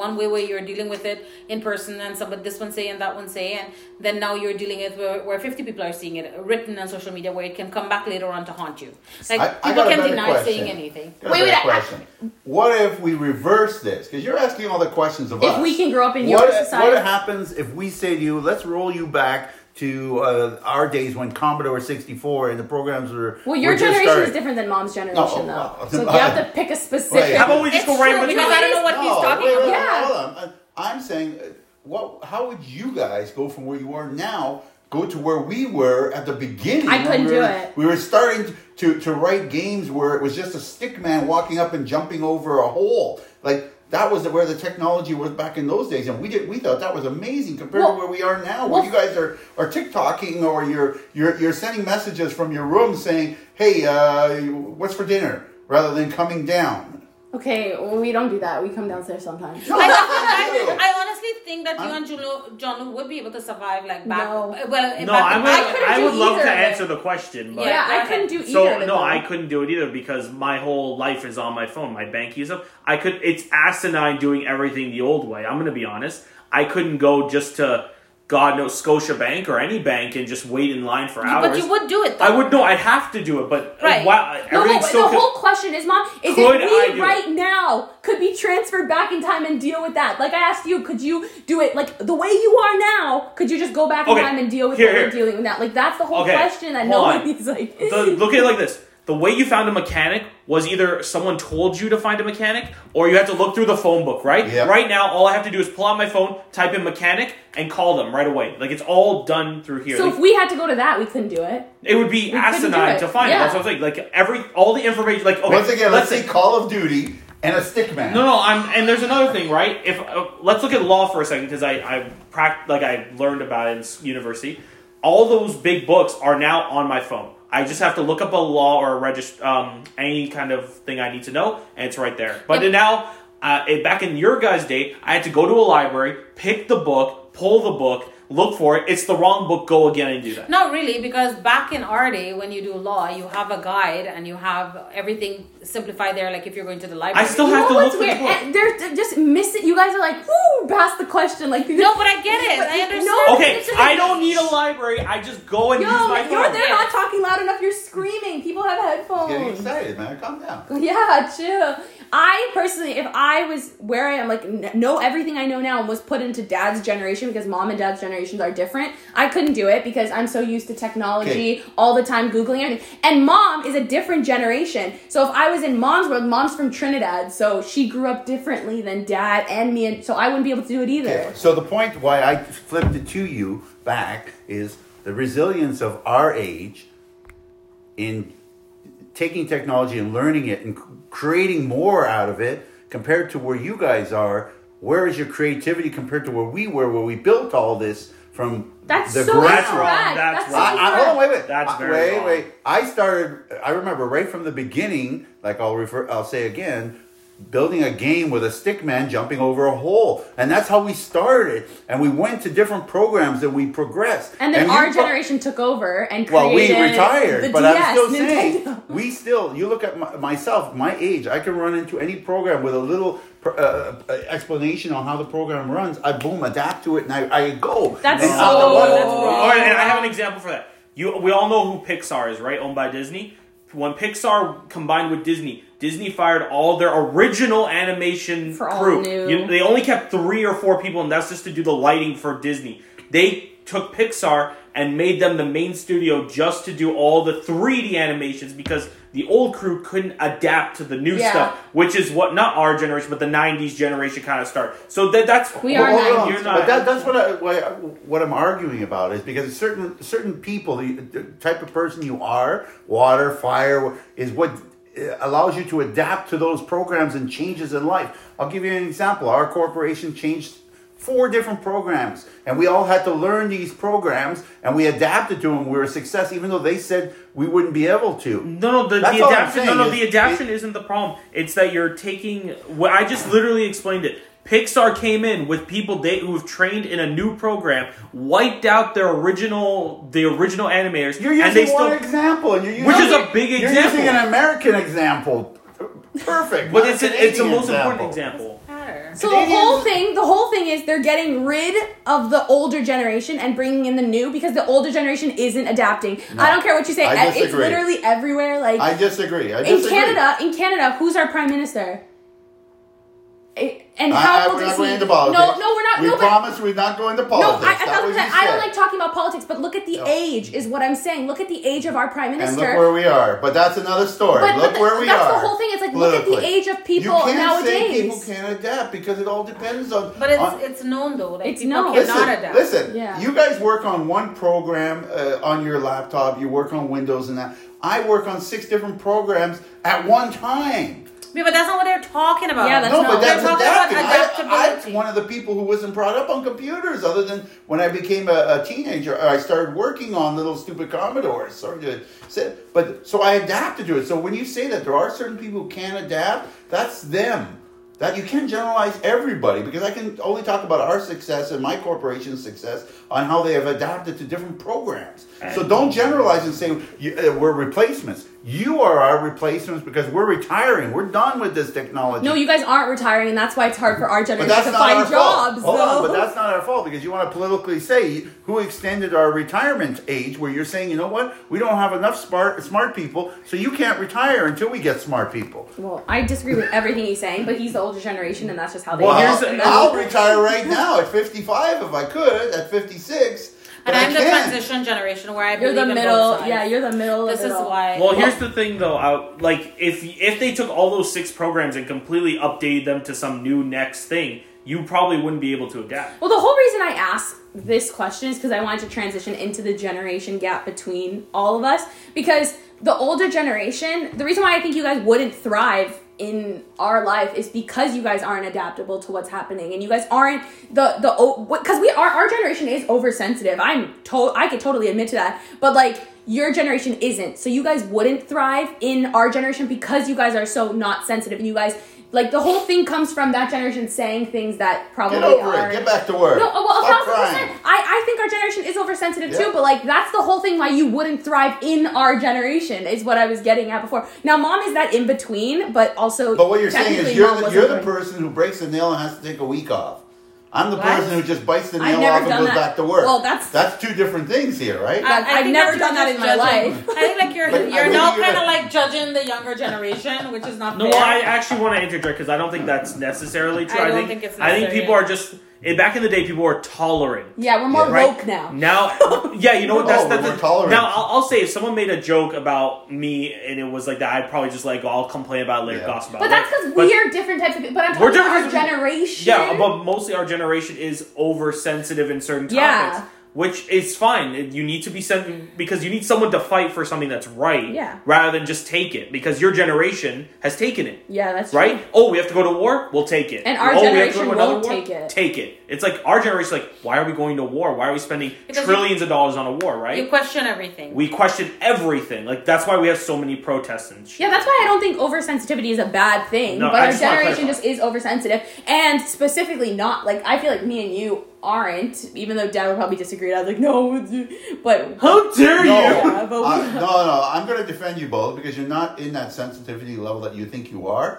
S3: One way where you're dealing with it in person and somebody this one say and that one say and then now you're dealing it where, where 50 people are seeing it written on social media where it can come back later on to haunt you. Like
S4: I- I
S3: people
S4: got a
S3: can
S4: better
S3: deny
S4: question.
S3: saying anything.
S4: Got a
S1: Wait,
S4: better
S1: wait, I-
S4: question. what if we reverse this? Because you're asking all the questions of
S1: If
S4: us.
S1: we can grow up in
S4: what,
S1: your society.
S4: What happens if we say to you, let's roll you back to uh, our days when Commodore 64 and the programs were.
S1: Well, your
S4: were just
S1: generation
S4: starting?
S1: is different than mom's generation, though.
S4: Oh, wow.
S1: So you have to pick a specific.
S4: Wait.
S2: How about we just
S3: It's
S2: go right
S3: true,
S2: into
S3: because I don't know what he's
S4: No,
S3: talking
S4: wait,
S3: about.
S4: wait, wait,
S1: Yeah.
S4: hold on. I- I'm saying, uh, what? How would you guys go from where you are now? Go to where we were at the beginning.
S1: I couldn't
S4: when we
S1: do
S4: were,
S1: it.
S4: We were starting to, to write games where it was just a stick man walking up and jumping over a hole. Like that was where the technology was back in those days, and we did we thought that was amazing compared
S1: Well-
S4: to where we are now,
S1: well-
S4: where you guys are are TikToking or you're you're you're sending messages from your room saying, "Hey, uh, what's for dinner?" rather than coming down.
S1: Okay, well, we don't do that. We come downstairs sometimes.
S3: I, I, I honestly think that you and Juno, John would be able to survive like back.
S1: No.
S3: Well, in
S2: No,
S3: back
S2: I would.
S1: I couldn't
S2: I,
S1: do
S2: would love
S1: either
S2: to
S1: of it.
S2: answer the question, but
S1: yeah,
S3: go
S1: I
S3: ahead.
S1: couldn't do either.
S2: so
S1: of
S2: no,
S1: them.
S2: I couldn't do it either because my whole life is on my phone, my banking stuff. I could. It's asinine doing everything the old way. I'm gonna be honest. I couldn't go just to God knows Scotia Bank or any bank and just wait in line for hours.
S3: but you would do it. Though.
S2: I would no. I'd have to do it, but
S3: Right.
S2: wow,
S1: No,
S2: everything's
S1: but
S2: so.
S1: the
S2: con-
S1: whole question is, Mom, is
S2: Could I
S1: if
S2: do
S1: we right now could be transferred back in time and deal with that? Like I asked you, could you do it like the way you are now? Could you just go back
S2: Okay,
S1: in time and deal with
S2: here,
S1: what we're
S2: here.
S1: dealing with that? Like that's the whole
S2: Okay,
S1: question that
S2: hold on.
S1: nobody's like.
S2: the, look at it like this. The way you found a mechanic was either someone told you to find a mechanic or you had to look through the phone book, right?
S4: Yeah.
S2: Right now, all I have to do is pull out my phone, type in mechanic, and call them right away. Like, it's all done through here.
S1: so
S2: Like,
S1: if we had to go to that, we couldn't do it.
S2: it would be
S1: couldn't do
S2: asinine
S1: it.
S2: to find it.
S1: Yeah.
S2: That's what I'm saying. Like, every, all the information, like, okay.
S4: Once again, let's,
S2: say-
S4: see Call of Duty and a stick man.
S2: No, no, I'm, and there's another thing, right? If uh, let's look at law for a second, because I, I prac- like I learned about it in s- university. All those big books are now on my phone. I just have to look up a law or a regist- um, any kind of thing I need to know, and it's right there. But
S3: Yep.
S2: now, uh, it, back in your guys' day, I had to go to a library, pick the book, pull the book, look for it. It's the wrong book. Go again and do that.
S3: Not really, because back in our day, when you do law, you have a guide and you have everything simplified there. Like if you're going to the library,
S2: I still
S1: You know
S2: have to look
S1: what's
S2: for the
S1: weird?
S2: book.
S1: And They're, they're just missing. You guys are like, woo, past the question. Like
S3: No, but I get it. I understand.
S1: No,
S2: Okay,
S1: it's just
S2: I
S1: like-
S2: don't need a library. I just go and
S1: Yo,
S2: use my phone.
S1: you're they're not talking loud enough. You're screaming. People have
S4: Getting
S1: headphones.
S4: excited, man. Calm down.
S1: Yeah, chill. I personally, if I was where I am, like n- know everything I know now, and was put into dad's generation because mom and dad's generations are different. I couldn't do it because I'm so used to technology
S4: Okay.
S1: all the time, googling everything. And mom is a different generation, so if I was in mom's world, mom's from Trinidad, so she grew up differently than dad and me, and so I wouldn't be able to do it either.
S4: Okay, So the point why I flipped it to you back is the resilience of our age in taking technology and learning it and c- creating more out of it compared to where you guys are. Where is your creativity compared to where we were, where we built all this from
S1: That's
S4: the
S1: so
S4: grass
S1: incorrect.
S2: wrong. That's
S1: so
S2: wrong.
S4: I, I,
S1: incorrect.
S4: hold on, wait, wait.
S2: That's
S4: I-
S2: very
S4: wait,
S2: wrong.
S4: wait. I started. I remember right from the beginning. Like I'll refer. I'll say again. Building a game with a stick man jumping over a hole, and that's how we started. And we went to different programs, and we progressed.
S1: And then
S4: you
S1: our
S4: pro-
S1: generation took over and created
S4: Well, we retired,
S1: the
S4: but
S1: DS,
S4: I'm still
S1: Nintendo.
S4: saying we still. You look at my, myself, my age. I can run into any program with a little pr- uh, uh, explanation on how the program runs. I boom, adapt to it, and I, I go.
S1: That's
S4: And out the
S1: so-
S4: button.
S1: that's wrong.
S2: All right, and Oh, I have an example for that. You, we all know who Pixar is, right? Owned by Disney. When Pixar combined with Disney, Disney fired all their original animation
S1: For all
S2: crew.
S1: new.
S2: You- they only kept three or four people, and that's just to do the lighting for Disney. They took Pixar and made them the main studio just to do all the 3D animations because the old crew couldn't adapt to the new
S1: Yeah.
S2: stuff, which is what not our generation, but the '90s generation kind of start. So that that's
S1: We
S4: Well,
S1: are
S4: hold
S1: not-
S4: on.
S2: You're not-
S4: But that, that's what I why I- what I'm arguing about is because certain certain people, the, the type of person you are, water, fire is what uh, allows you to adapt to those programs and changes in life. I'll give you an example. Our corporation changed four different programs, and we all had to learn these programs, and we adapted to them. We were a success, even though they said we wouldn't be able to.
S1: Mm-hmm.
S2: No, no, the, the
S4: That's all I'm
S2: adaptation. No,
S4: saying
S2: no,
S4: is
S2: the adaptation is isn't the problem. It's that you're taking. Well, I just literally explained it. Pixar came in with people they who have trained in a new program, wiped out their original the original animators,
S4: You're using
S2: and they still.
S4: one example, and you're using
S2: Which is a big
S4: you're
S2: example.
S4: using an American example. Perfect,
S2: but
S4: not
S2: it's a, it's the
S4: Canadian
S2: most important example.
S3: Matter.
S1: So the
S4: Canadians-
S1: whole thing, the whole thing is they're getting rid of the older generation and bringing in the new because the older generation isn't adapting. I don't care what you say;
S4: I
S1: e- it's
S4: disagree.
S1: literally everywhere. Like
S4: I disagree. I
S1: in
S4: disagree.
S1: Canada, in Canada, who's our prime minister? I- And how
S4: I, I,
S1: old
S4: we're
S1: is
S4: not
S1: he?
S4: going into politics.
S1: No, no, we're not.
S4: We
S1: no, but
S4: promised we're not going into
S1: no,
S4: politics.
S1: I, I,
S4: that
S1: thought
S4: was
S1: that-
S4: you
S1: I don't
S4: said.
S1: like talking about politics, but look at the
S4: No.
S1: age is what I'm saying. Look at the age of our prime
S4: And
S1: minister.
S4: look where we are. But that's another story.
S1: But- but
S4: look
S1: the-
S4: where we
S1: that's
S4: are.
S1: the whole thing. It's like, look at the
S4: politically.
S1: age of people
S4: you can't Say
S1: nowadays.
S4: people can't adapt because it all depends on.
S3: But it's
S4: on,
S3: it's known though. Like
S1: It's
S3: people
S1: known.
S3: cannot
S4: listen,
S3: adapt.
S4: Listen,
S1: Yeah.
S4: you guys work on one program uh, on your laptop. You work on Windows and that. I work on six different programs at one time.
S3: Yeah, but that's not what they're talking about.
S1: Yeah, that's
S4: no,
S1: not-
S4: but that's
S3: they're talking about
S4: adapting. I,
S3: adaptability.
S4: I'm one of the people who wasn't brought up on computers, other than when I became a, a teenager. I started working on little stupid Commodores. Sorry to say, but so I adapted to it. So when you say that there are certain people who can't adapt, that's them. That you can't generalize everybody because I can only talk about our success and my corporation's success on how they have adapted to different programs. So don't generalize and say you, uh, we're replacements. You are our replacements because we're retiring. We're done with this technology.
S1: No, you guys aren't retiring, and that's why it's hard for our
S4: But
S1: generation
S4: that's
S1: to
S4: not our
S1: find
S4: fault.
S1: jobs.
S4: Hold on,
S1: though.
S4: but that's not our fault because you want to politically say who extended our retirement age, where you're saying, you know what, we don't have enough smart smart people, so you can't retire until we get smart people.
S1: well, I disagree with everything he's saying, but he's the older generation, and that's just how they.
S4: Well,
S1: are.
S2: here's
S4: I'll,
S2: the-
S4: I'll retire right now at 55 if I could, at 56. But
S3: And I'm
S4: I
S3: the
S4: can't.
S3: transition generation where I
S1: you're
S3: believe
S1: the
S3: in
S1: middle.
S3: both sides.
S1: Yeah, you're the middle.
S3: This
S1: of
S3: is
S1: it all.
S3: why.
S2: Well, here's the thing, though. I, like, if if they took all those six programs and completely updated them to some new next thing, you probably wouldn't be able to adapt.
S1: Well, the whole reason I asked this question is because I wanted to transition into the generation gap between all of us. Because the older generation, the reason why I think you guys wouldn't thrive in our life is because you guys aren't adaptable to what's happening, and you guys aren't the the because we are our generation is oversensitive. I'm to I could totally admit to that, but like your generation isn't, so you guys wouldn't thrive in our generation because you guys are so not sensitive, and you guys. Like the whole thing comes from that generation saying things that probably
S4: Get over
S1: are
S4: it. Get back to work.
S1: no, uh, well, a
S4: Stop
S1: thousand
S4: crying.
S1: percent. I, I think our generation is oversensitive
S4: Yeah.
S1: too, but like that's the whole thing why you wouldn't thrive in our generation is what I was getting at before. Now, mom is that in between, but also.
S4: But what you're saying
S1: technically
S4: is you're
S1: mom
S4: the,
S1: wasn't
S4: you're the
S1: doing-
S4: person who breaks the nail and has to take a week off. I'm the
S3: What?
S4: person who just bites the
S1: I've
S4: nail
S1: never
S4: off and
S1: done
S4: goes
S1: that.
S4: back to work.
S1: Well, that's-
S4: that's two different things here, right?
S1: I've
S3: I think
S1: never
S3: you're
S1: done that
S3: just
S1: in my
S3: judging-
S1: life.
S3: I think like you're
S4: But I
S3: you're
S4: think
S3: now
S4: you're
S3: kind of
S4: right.
S3: like judging the younger generation, which is not
S2: No,
S3: fair.
S2: I actually want to interject because I don't think that's necessarily true.
S3: I
S2: I,
S3: don't
S2: think,
S3: think it's
S2: I think
S3: necessary.
S2: people are just. eh, Back in the day, people were tolerant.
S1: Yeah, we're more
S4: Yeah.
S2: Right?
S1: woke now.
S2: Now, yeah, you know what? That's
S4: Oh,
S2: that's
S4: we're
S2: the-
S4: tolerant.
S2: Now, I'll, I'll say if someone made a joke about me and it was like that, I'd probably just like, I'll complain about it later,
S4: Yeah.
S2: gossip about
S1: But
S2: it.
S1: that's
S2: Like,
S1: because
S2: but-
S1: we're different types of people. But I'm
S2: We're
S1: talking about our
S2: different types of
S1: generation.
S2: Yeah, but mostly our generation is oversensitive in certain
S1: Yeah.
S2: topics, which is fine. It- You need to be sent because you need someone to fight for something that's right,
S1: Yeah.
S2: rather than just take it because your generation has taken it.
S1: yeah, that's true.
S2: Right? Oh, we have to go to war. We'll take it.
S1: And our
S2: oh,
S1: generation
S2: another
S1: won't take it.
S2: Take it. It's like our generation. Like, why are we going to war? Why are we spending
S3: Because you-
S2: trillions of dollars on a war?
S3: you
S2: Right?
S3: question everything.
S2: We question everything. Like that's why we have so many protests and shit.
S1: Yeah, that's why I don't think oversensitivity is a bad thing.
S2: No,
S1: but
S2: I
S1: our
S2: just wanna
S1: generation
S2: clarify.
S1: just is oversensitive, and specifically not like I feel like me and you aren't. Even though Dad would probably disagree, I was like, no, it's you." but
S2: How dare
S4: No,
S2: you?
S1: Yeah, but we-
S4: I- no, no. I'm going to defend you both because you're not in that sensitivity level that you think you are.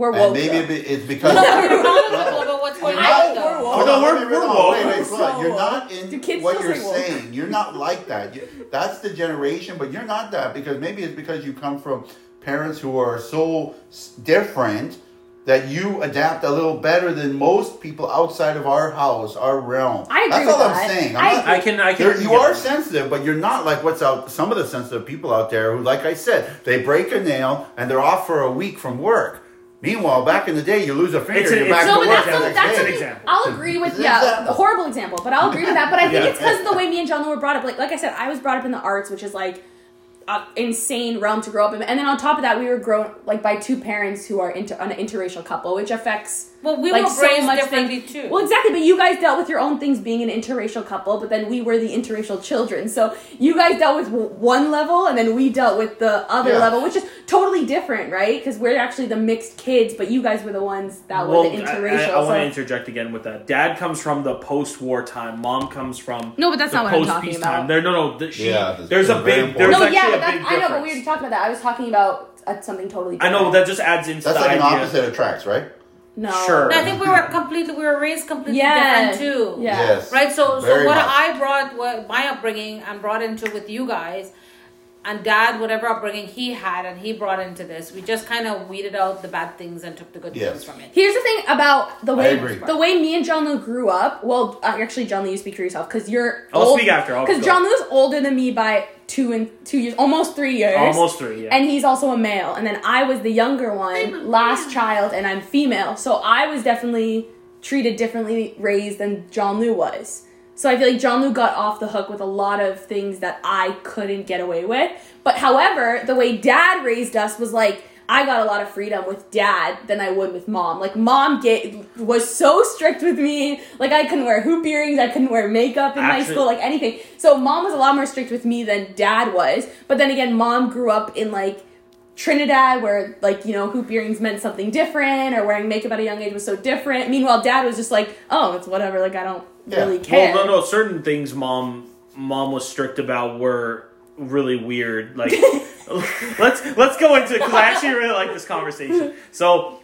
S1: we're woke.
S4: And maybe
S1: though.
S4: it be- it's because.
S3: We're knowledgeable about what's going on.
S1: we're
S3: though.
S1: woke.
S4: Oh,
S2: No,
S4: no,
S2: we're-
S4: wait, wait,
S2: we're
S4: no,
S2: woke.
S4: wait, wait,
S1: So
S4: look, you're
S1: woke.
S4: not
S1: Do
S4: in
S1: kids
S4: what
S1: still
S4: you're
S1: say woke?
S4: saying. You're not like that. You- That's the generation, but you're not that because maybe it's because you come from parents who are so s- different that you adapt a little better than most people outside of our house, our realm.
S1: I agree
S4: That's
S1: with
S4: all
S1: that.
S4: I'm saying.
S1: I
S4: I'm not,
S2: I can. I can.
S4: There- you are sensitive, but you're not like what's out. Some of the sensitive people out there who, like I said, they break a nail and they're off for a week from work. Meanwhile, back in the day, you lose a finger,
S2: It's an-
S4: you're back
S2: it's-
S1: No,
S4: to
S1: but
S4: work
S1: that's,
S4: the
S1: a,
S4: next
S1: that's
S4: day.
S1: an
S2: an example.
S1: I'll agree with
S4: It's an
S1: yeah,
S4: example.
S1: a horrible example, but I'll agree with that. But I think
S2: Yeah.
S1: it's because of the way me and John were brought up. Like, like I said, I was brought up in the arts, which is like uh, insane realm to grow up in. And then on top of that, we were grown like by two parents who are into an interracial couple, which affects
S3: Well, we
S1: like
S3: were
S1: so
S3: raised
S1: much
S3: differently
S1: things.
S3: too.
S1: Well, exactly. But you guys dealt with your own things being an interracial couple, but then we were the interracial children. So you guys dealt with w- one level, and then we dealt with the other
S4: Yeah.
S1: level, which is totally different, right? Because we're actually the mixed kids, but you guys were the ones that were the interracial.
S2: I, I, I want to
S1: so-
S2: interject again with that. Dad comes from the post-war time. Mom comes from
S1: No, but that's
S2: the
S1: not what I'm talking
S2: post-peace
S1: about.
S2: Time. There, no, no. th- she,
S4: Yeah,
S2: there's,
S4: that's
S2: a
S4: very
S2: big. There's
S4: important.
S1: no,
S2: actually
S1: yeah, but
S2: a big
S1: that's, I know, but we already
S2: difference.
S1: talked about that. I was talking about uh, something totally.
S2: I
S1: Different.
S2: know that just adds into
S4: That's
S2: the
S4: like an
S2: idea.
S4: opposite of tracks, right?
S1: No,
S2: Sure.
S3: And I think we were completely, we were raised completely
S1: Yeah.
S3: different too.
S1: Yeah.
S4: Yes.
S3: Right. So, so
S4: Very
S3: what
S4: much.
S3: I brought, what my upbringing, I'm brought into with you guys, and Dad, whatever upbringing he had, and he brought into this. We just kind of weeded out the bad things and took the good
S4: Yes.
S3: things from it.
S1: Here's the thing about the way
S4: agree.
S1: the way me and John Lu grew up. Well, uh, actually, John Lu, you speak for yourself because you're.
S2: I'll speak after, I'll
S1: Because
S2: go.
S1: John Lu's older than me by two and two years, almost three years.
S2: Almost three. Yeah.
S1: And he's also a male, and then I was the younger one, last child, and I'm female. So I was definitely treated differently, raised than John Lu was. So I feel like John Lu got off the hook with a lot of things that I couldn't get away with. But however, the way Dad raised us was like I got a lot of freedom with dad than I would with mom. Like mom ga was so strict with me. Like I couldn't wear hoop earrings, I couldn't wear makeup in high
S2: Actually-
S1: school, like anything. So mom was a lot more strict with me than dad was. But then again, mom grew up in like Trinidad, where like you know hoop earrings meant something different, or wearing makeup at a young age was so different. Meanwhile, dad was just like, oh, it's whatever. Like I don't
S4: Yeah.
S1: really
S4: Well,
S1: care.
S2: Well, no, no. Certain things mom mom was strict about were really weird. Like, let's let's go into because I actually really like this conversation. So.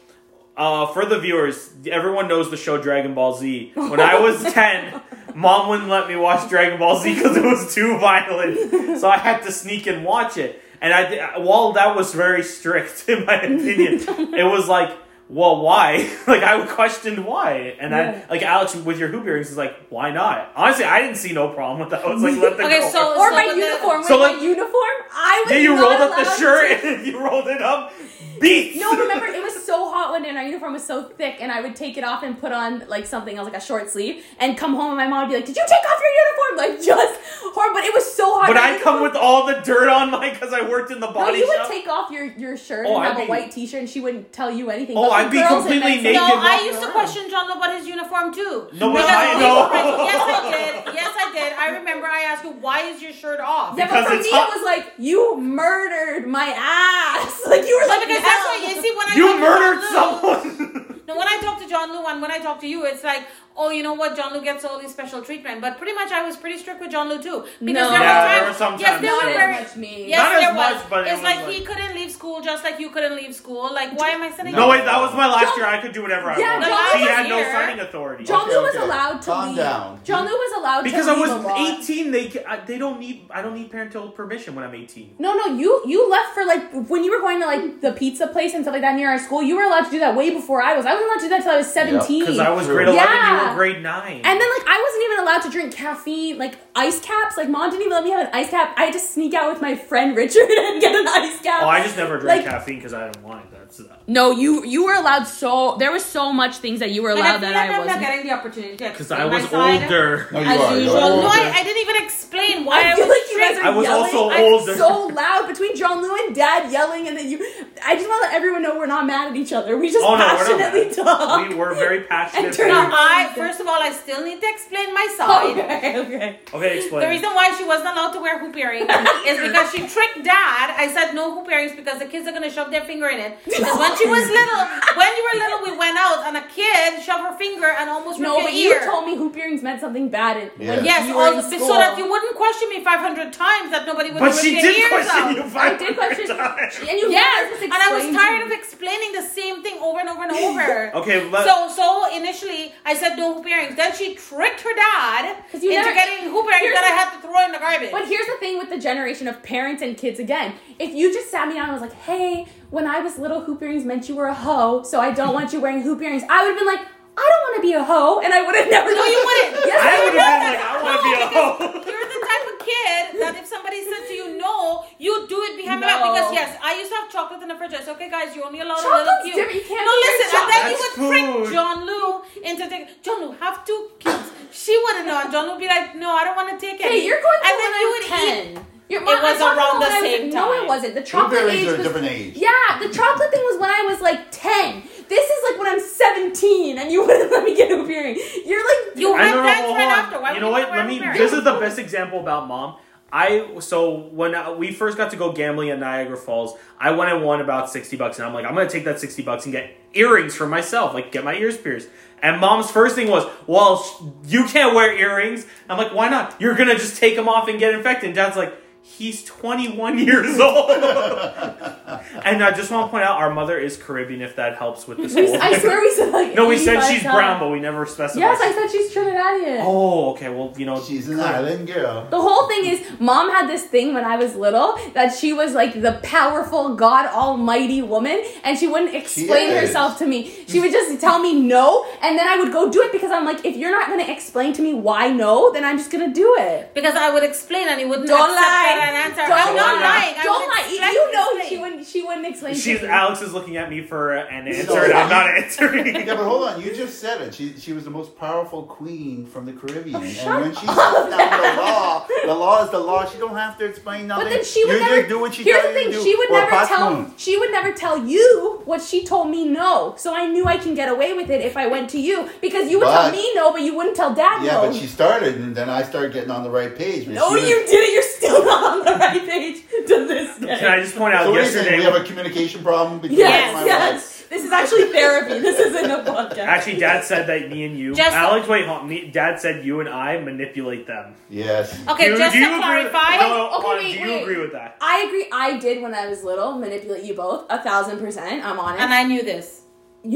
S2: Uh, for the viewers, everyone knows the show Dragon Ball Z. When I was 10, mom wouldn't let me watch Dragon Ball Z because it was too violent. So I had to sneak and watch it. And I, thi- while that was very strict, in my opinion, it was like, well, why? Like, I questioned why. And
S1: Yeah.
S2: I, like, Alex, with your hoop earrings, is like, why not? Honestly, I didn't see no problem with that. I was like, let them
S3: Okay,
S2: go.
S3: so-
S1: or my
S3: but then-
S1: uniform.
S2: So
S1: Wait, my
S2: let-
S1: uniform? I was
S2: yeah, you
S1: not
S2: rolled up the
S1: allowed
S2: shirt and you rolled it up. Beats!
S1: No, remember it was so hot one day and our uniform was so thick and I would take it off and put on like something else, like a short sleeve, and come home and my mom would be like, Did you take off your uniform? Like just horrible. But it was so hot.
S2: But
S1: My
S2: I come
S1: uniform-
S2: with all the dirt on mine because I worked in the
S1: No,
S2: body
S1: you would
S2: shop.
S1: take off your, your shirt
S2: Oh,
S1: and have
S2: I'd
S1: a
S2: be-
S1: white t shirt and she wouldn't tell you anything. But
S2: Oh,
S1: for
S2: I'd be
S1: girls, it
S2: completely
S1: meant
S2: naked.
S1: something.
S3: No,
S2: walking
S3: I used to
S2: around.
S3: question John about his uniform too.
S2: No, but
S3: Because
S2: I
S3: we
S2: know.
S3: were friends. Yes, I did. Yes, I did. I remember I asked you, why is your shirt off?
S1: Yeah,
S2: Because
S1: but for me
S2: it's
S1: it
S2: hot.
S1: was like, You murdered my ass. Like you were
S3: But
S1: like,
S3: because that's
S1: "Hell."
S3: why you see when I talk
S2: You
S3: to
S2: murdered
S3: John Lou-
S2: someone!
S3: No, when I talk to John Lou and when I talk to you, it's like, oh, you know what? John Lou gets all these special treatment. But pretty much, I was pretty strict with John Lou too.
S1: No. Yeah,
S3: there
S1: there
S3: were
S2: were
S3: times.
S2: some
S3: yes,
S2: times
S3: there
S1: not
S3: were
S1: as
S2: where-
S3: very.
S1: much me.
S3: Yes,
S2: Not as
S3: there was.
S2: much, but it
S3: it's
S2: was
S3: like,
S2: like-
S3: he couldn't leave school just like you couldn't leave school. Like, why am I sending?
S2: no,
S3: you?
S2: wait, that was my last year. I could do whatever I
S1: Yeah,
S2: wanted.
S3: John
S2: She
S3: was
S2: had no
S3: here.
S2: signing authority.
S1: John Lou
S4: Okay,
S1: was
S4: okay.
S1: allowed to
S4: Calm
S1: leave.
S4: down.
S1: John Lou was allowed
S2: because
S1: to
S2: I
S1: leave.
S2: was
S1: a lot.
S2: 18, they ca- I, they don't need I don't need parental permission when I'm 18.
S1: No, no, you you left for like when you were going to like the pizza place and stuff like that near our school. You were allowed to do that way before I was. I wasn't allowed to do that till I was seventeen.
S2: Because I was
S4: True.
S2: grade 11, you
S1: Yeah.
S2: were grade 9.
S1: and then like I wasn't even allowed to drink caffeine, like ice caps. Like mom didn't even let me have an ice cap. I had to sneak out with my friend Richard and get an ice cap.
S2: oh, I just never drank
S1: Like-
S2: caffeine because I didn't want it. That's uh,
S1: no, you you were allowed so there was so much things that you were
S3: But
S1: allowed
S3: I
S1: that
S3: feel
S1: I
S3: like I'm not
S1: wasn't.
S3: getting the opportunity. to
S2: because
S3: explain
S2: I
S3: my
S2: was
S3: side.
S2: older.
S4: Oh, No, you
S3: As
S4: are.
S3: usual.
S4: You are
S3: No, I,
S4: older.
S3: I didn't even explain why I,
S1: I feel
S3: was
S1: like you guys are
S3: strict.
S2: I was
S1: yelling.
S2: also
S1: I'm
S2: older.
S1: so loud between John Lou and Dad yelling, and then you. I just want to let everyone know we're not mad at each other. We just
S2: Oh, no, we're not
S1: passionately
S2: mad.
S1: talk.
S2: We were very passionate.
S1: And turn
S2: parents.
S1: on-
S3: No, I first of all, I still need to explain my side.
S1: okay, okay.
S2: Okay,
S3: The
S2: explain.
S3: reason why she wasn't allowed to wear hoop earrings is because she tricked dad. I said no hoop earrings because the kids are gonna shove their finger in it. Because when she was little, when you were little, we went out and a kid shoved her finger and almost ripped
S1: No,
S3: your
S1: but
S3: ear.
S1: you told me hoop earrings meant something bad. And,
S4: Yeah.
S1: when
S3: yes,
S1: you were in
S3: all the, so
S1: school.
S3: that you wouldn't question me five hundred times that nobody would
S2: But
S3: rip
S2: she
S3: your
S2: did
S3: ears out.
S2: question you
S1: I
S2: 500
S1: did question,
S2: times.
S1: and you
S3: Yes,
S1: just
S3: and I was
S1: explained
S3: tired
S1: to
S3: of
S1: me.
S3: explaining the same thing over and over and over.
S2: Okay, let-
S3: so so initially I said no hoop earrings. Then she tricked her dad
S1: 'Cause
S3: into
S1: you never-
S3: getting hoop earrings
S1: Here's
S3: that I
S1: the-
S3: had to throw in the garbage.
S1: But here's the thing with the generation of parents and kids again. If you just sat me down and was like, hey, when I was little, hoop earrings meant you were a hoe, so I don't want you wearing hoop earrings, I would have been like, I don't want to be a hoe, and I would have never
S3: No, you wouldn't.
S1: Yes,
S2: I
S1: I
S2: would
S1: would.
S2: have been like, I want to be a
S3: because
S2: hoe.
S3: You're the type of kid that if somebody said to you no, you do it behind my back.
S1: No.
S3: Because yes, I used to have chocolate in the fridge. I said, okay, guys, you're only allowed a little
S1: Chocolate's
S3: cute.
S1: different. You can't
S3: no,
S1: have
S3: listen.
S1: your
S3: And then you
S2: chocolate.
S3: would
S2: That's
S3: trick
S2: food.
S3: John Lou into thinking, John Lou have two kids. She wouldn't know, and John Lou would be like, no, I don't want to take it.
S1: Hey, you're going to
S3: and
S1: when
S3: then
S1: I
S3: you
S1: was
S3: would eat.
S1: ten. Your
S3: It was
S1: chocolate
S3: around
S1: when
S3: the
S1: I was-
S3: same
S1: No,
S3: time.
S1: it wasn't. The chocolate
S4: Blueberries
S1: age
S4: are a
S1: was,
S4: different age.
S1: Yeah, the chocolate thing was when I was like ten. This is like when I'm seventeen, and you wouldn't let me get a earring. You're like
S3: You
S2: I
S3: had
S2: don't know.
S3: dance
S2: Hold
S3: right
S2: on.
S3: after. Why
S2: you
S3: would
S2: know
S3: you
S2: what?
S3: wear
S2: Let
S3: a
S2: me.
S3: pair?
S2: This is the best example about mom. I so when I, we first got to go gambling at Niagara Falls, I went and won about sixty bucks, and I'm like, I'm gonna take that sixty bucks and get earrings for myself, like get my ears pierced. And mom's first thing was, well, sh- you can't wear earrings. I'm like, why not? You're gonna just take them off and get infected. And dad's like, he's 21 years old. and I just want to point out, our mother is Caribbean, if that helps with this. whole-
S1: I swear we said like.
S2: no, we said
S1: 85
S2: she's
S1: times.
S2: brown, but we never specified.
S1: Yes, I said she's Trinidadian.
S2: Oh, okay. Well, you know,
S4: She's an island girl.
S1: The whole thing is, mom had this thing when I was little that she was like the powerful, God Almighty woman, and she wouldn't explain
S4: is.
S1: herself to me. She would just tell me no, and then I would go do it because I'm like, if you're not gonna explain to me why no, then I'm just gonna do it.
S3: Because I would explain and he wouldn't
S1: Don't
S3: accept
S1: lie.
S3: that an answer.
S1: Don't
S3: I'm not
S2: lie.
S3: lying. I
S1: Don't
S3: would
S1: lie. not. You,
S3: Explain-
S1: you know
S3: explain.
S1: she wouldn't. She wouldn't explain. to
S2: She's
S1: me.
S2: Alex is looking at me for an answer,
S4: So-
S2: and I'm not answering.
S4: Yeah, but hold on. You just said it. She, she was the most powerful queen from the Caribbean,
S1: Oh, shut
S4: and when she sets down the law, the law is the law. She don't have to explain nothing.
S1: But then she would
S4: you
S1: never
S4: just do what she
S1: Here's
S4: tells
S1: the thing:
S4: you to do.
S1: she would
S4: Or
S1: never
S4: pot
S1: tell.
S4: moon.
S1: She would never tell you what she told me. No, so I knew I can get away with it if I went to you because you would tell
S4: But-
S1: me no, but you wouldn't tell Dad
S4: Yeah,
S1: no.
S4: but she started, and then I started getting on the right page.
S1: no, you didn't. You're still not on the right page to this day.
S2: Can I just point out
S4: So what do you think?
S2: yesterday?
S4: We have a communication problem between
S1: yes,
S4: my wife.
S1: yes. This is actually therapy. This isn't a podcast.
S2: Actually, Dad said that me and you,
S3: Just-
S2: Alex. Wait, hold on. me, Dad said you and I manipulate them.
S4: Yes.
S3: Okay,
S2: do,
S3: just
S2: do you
S3: to
S2: agree with-
S3: clarify.
S2: no, no,
S1: Okay,
S2: hold on,
S1: wait,
S2: do you
S1: wait.
S2: agree with that?
S1: I agree. I did when I was little manipulate you both a thousand percent. I'm honest.
S3: And I knew this.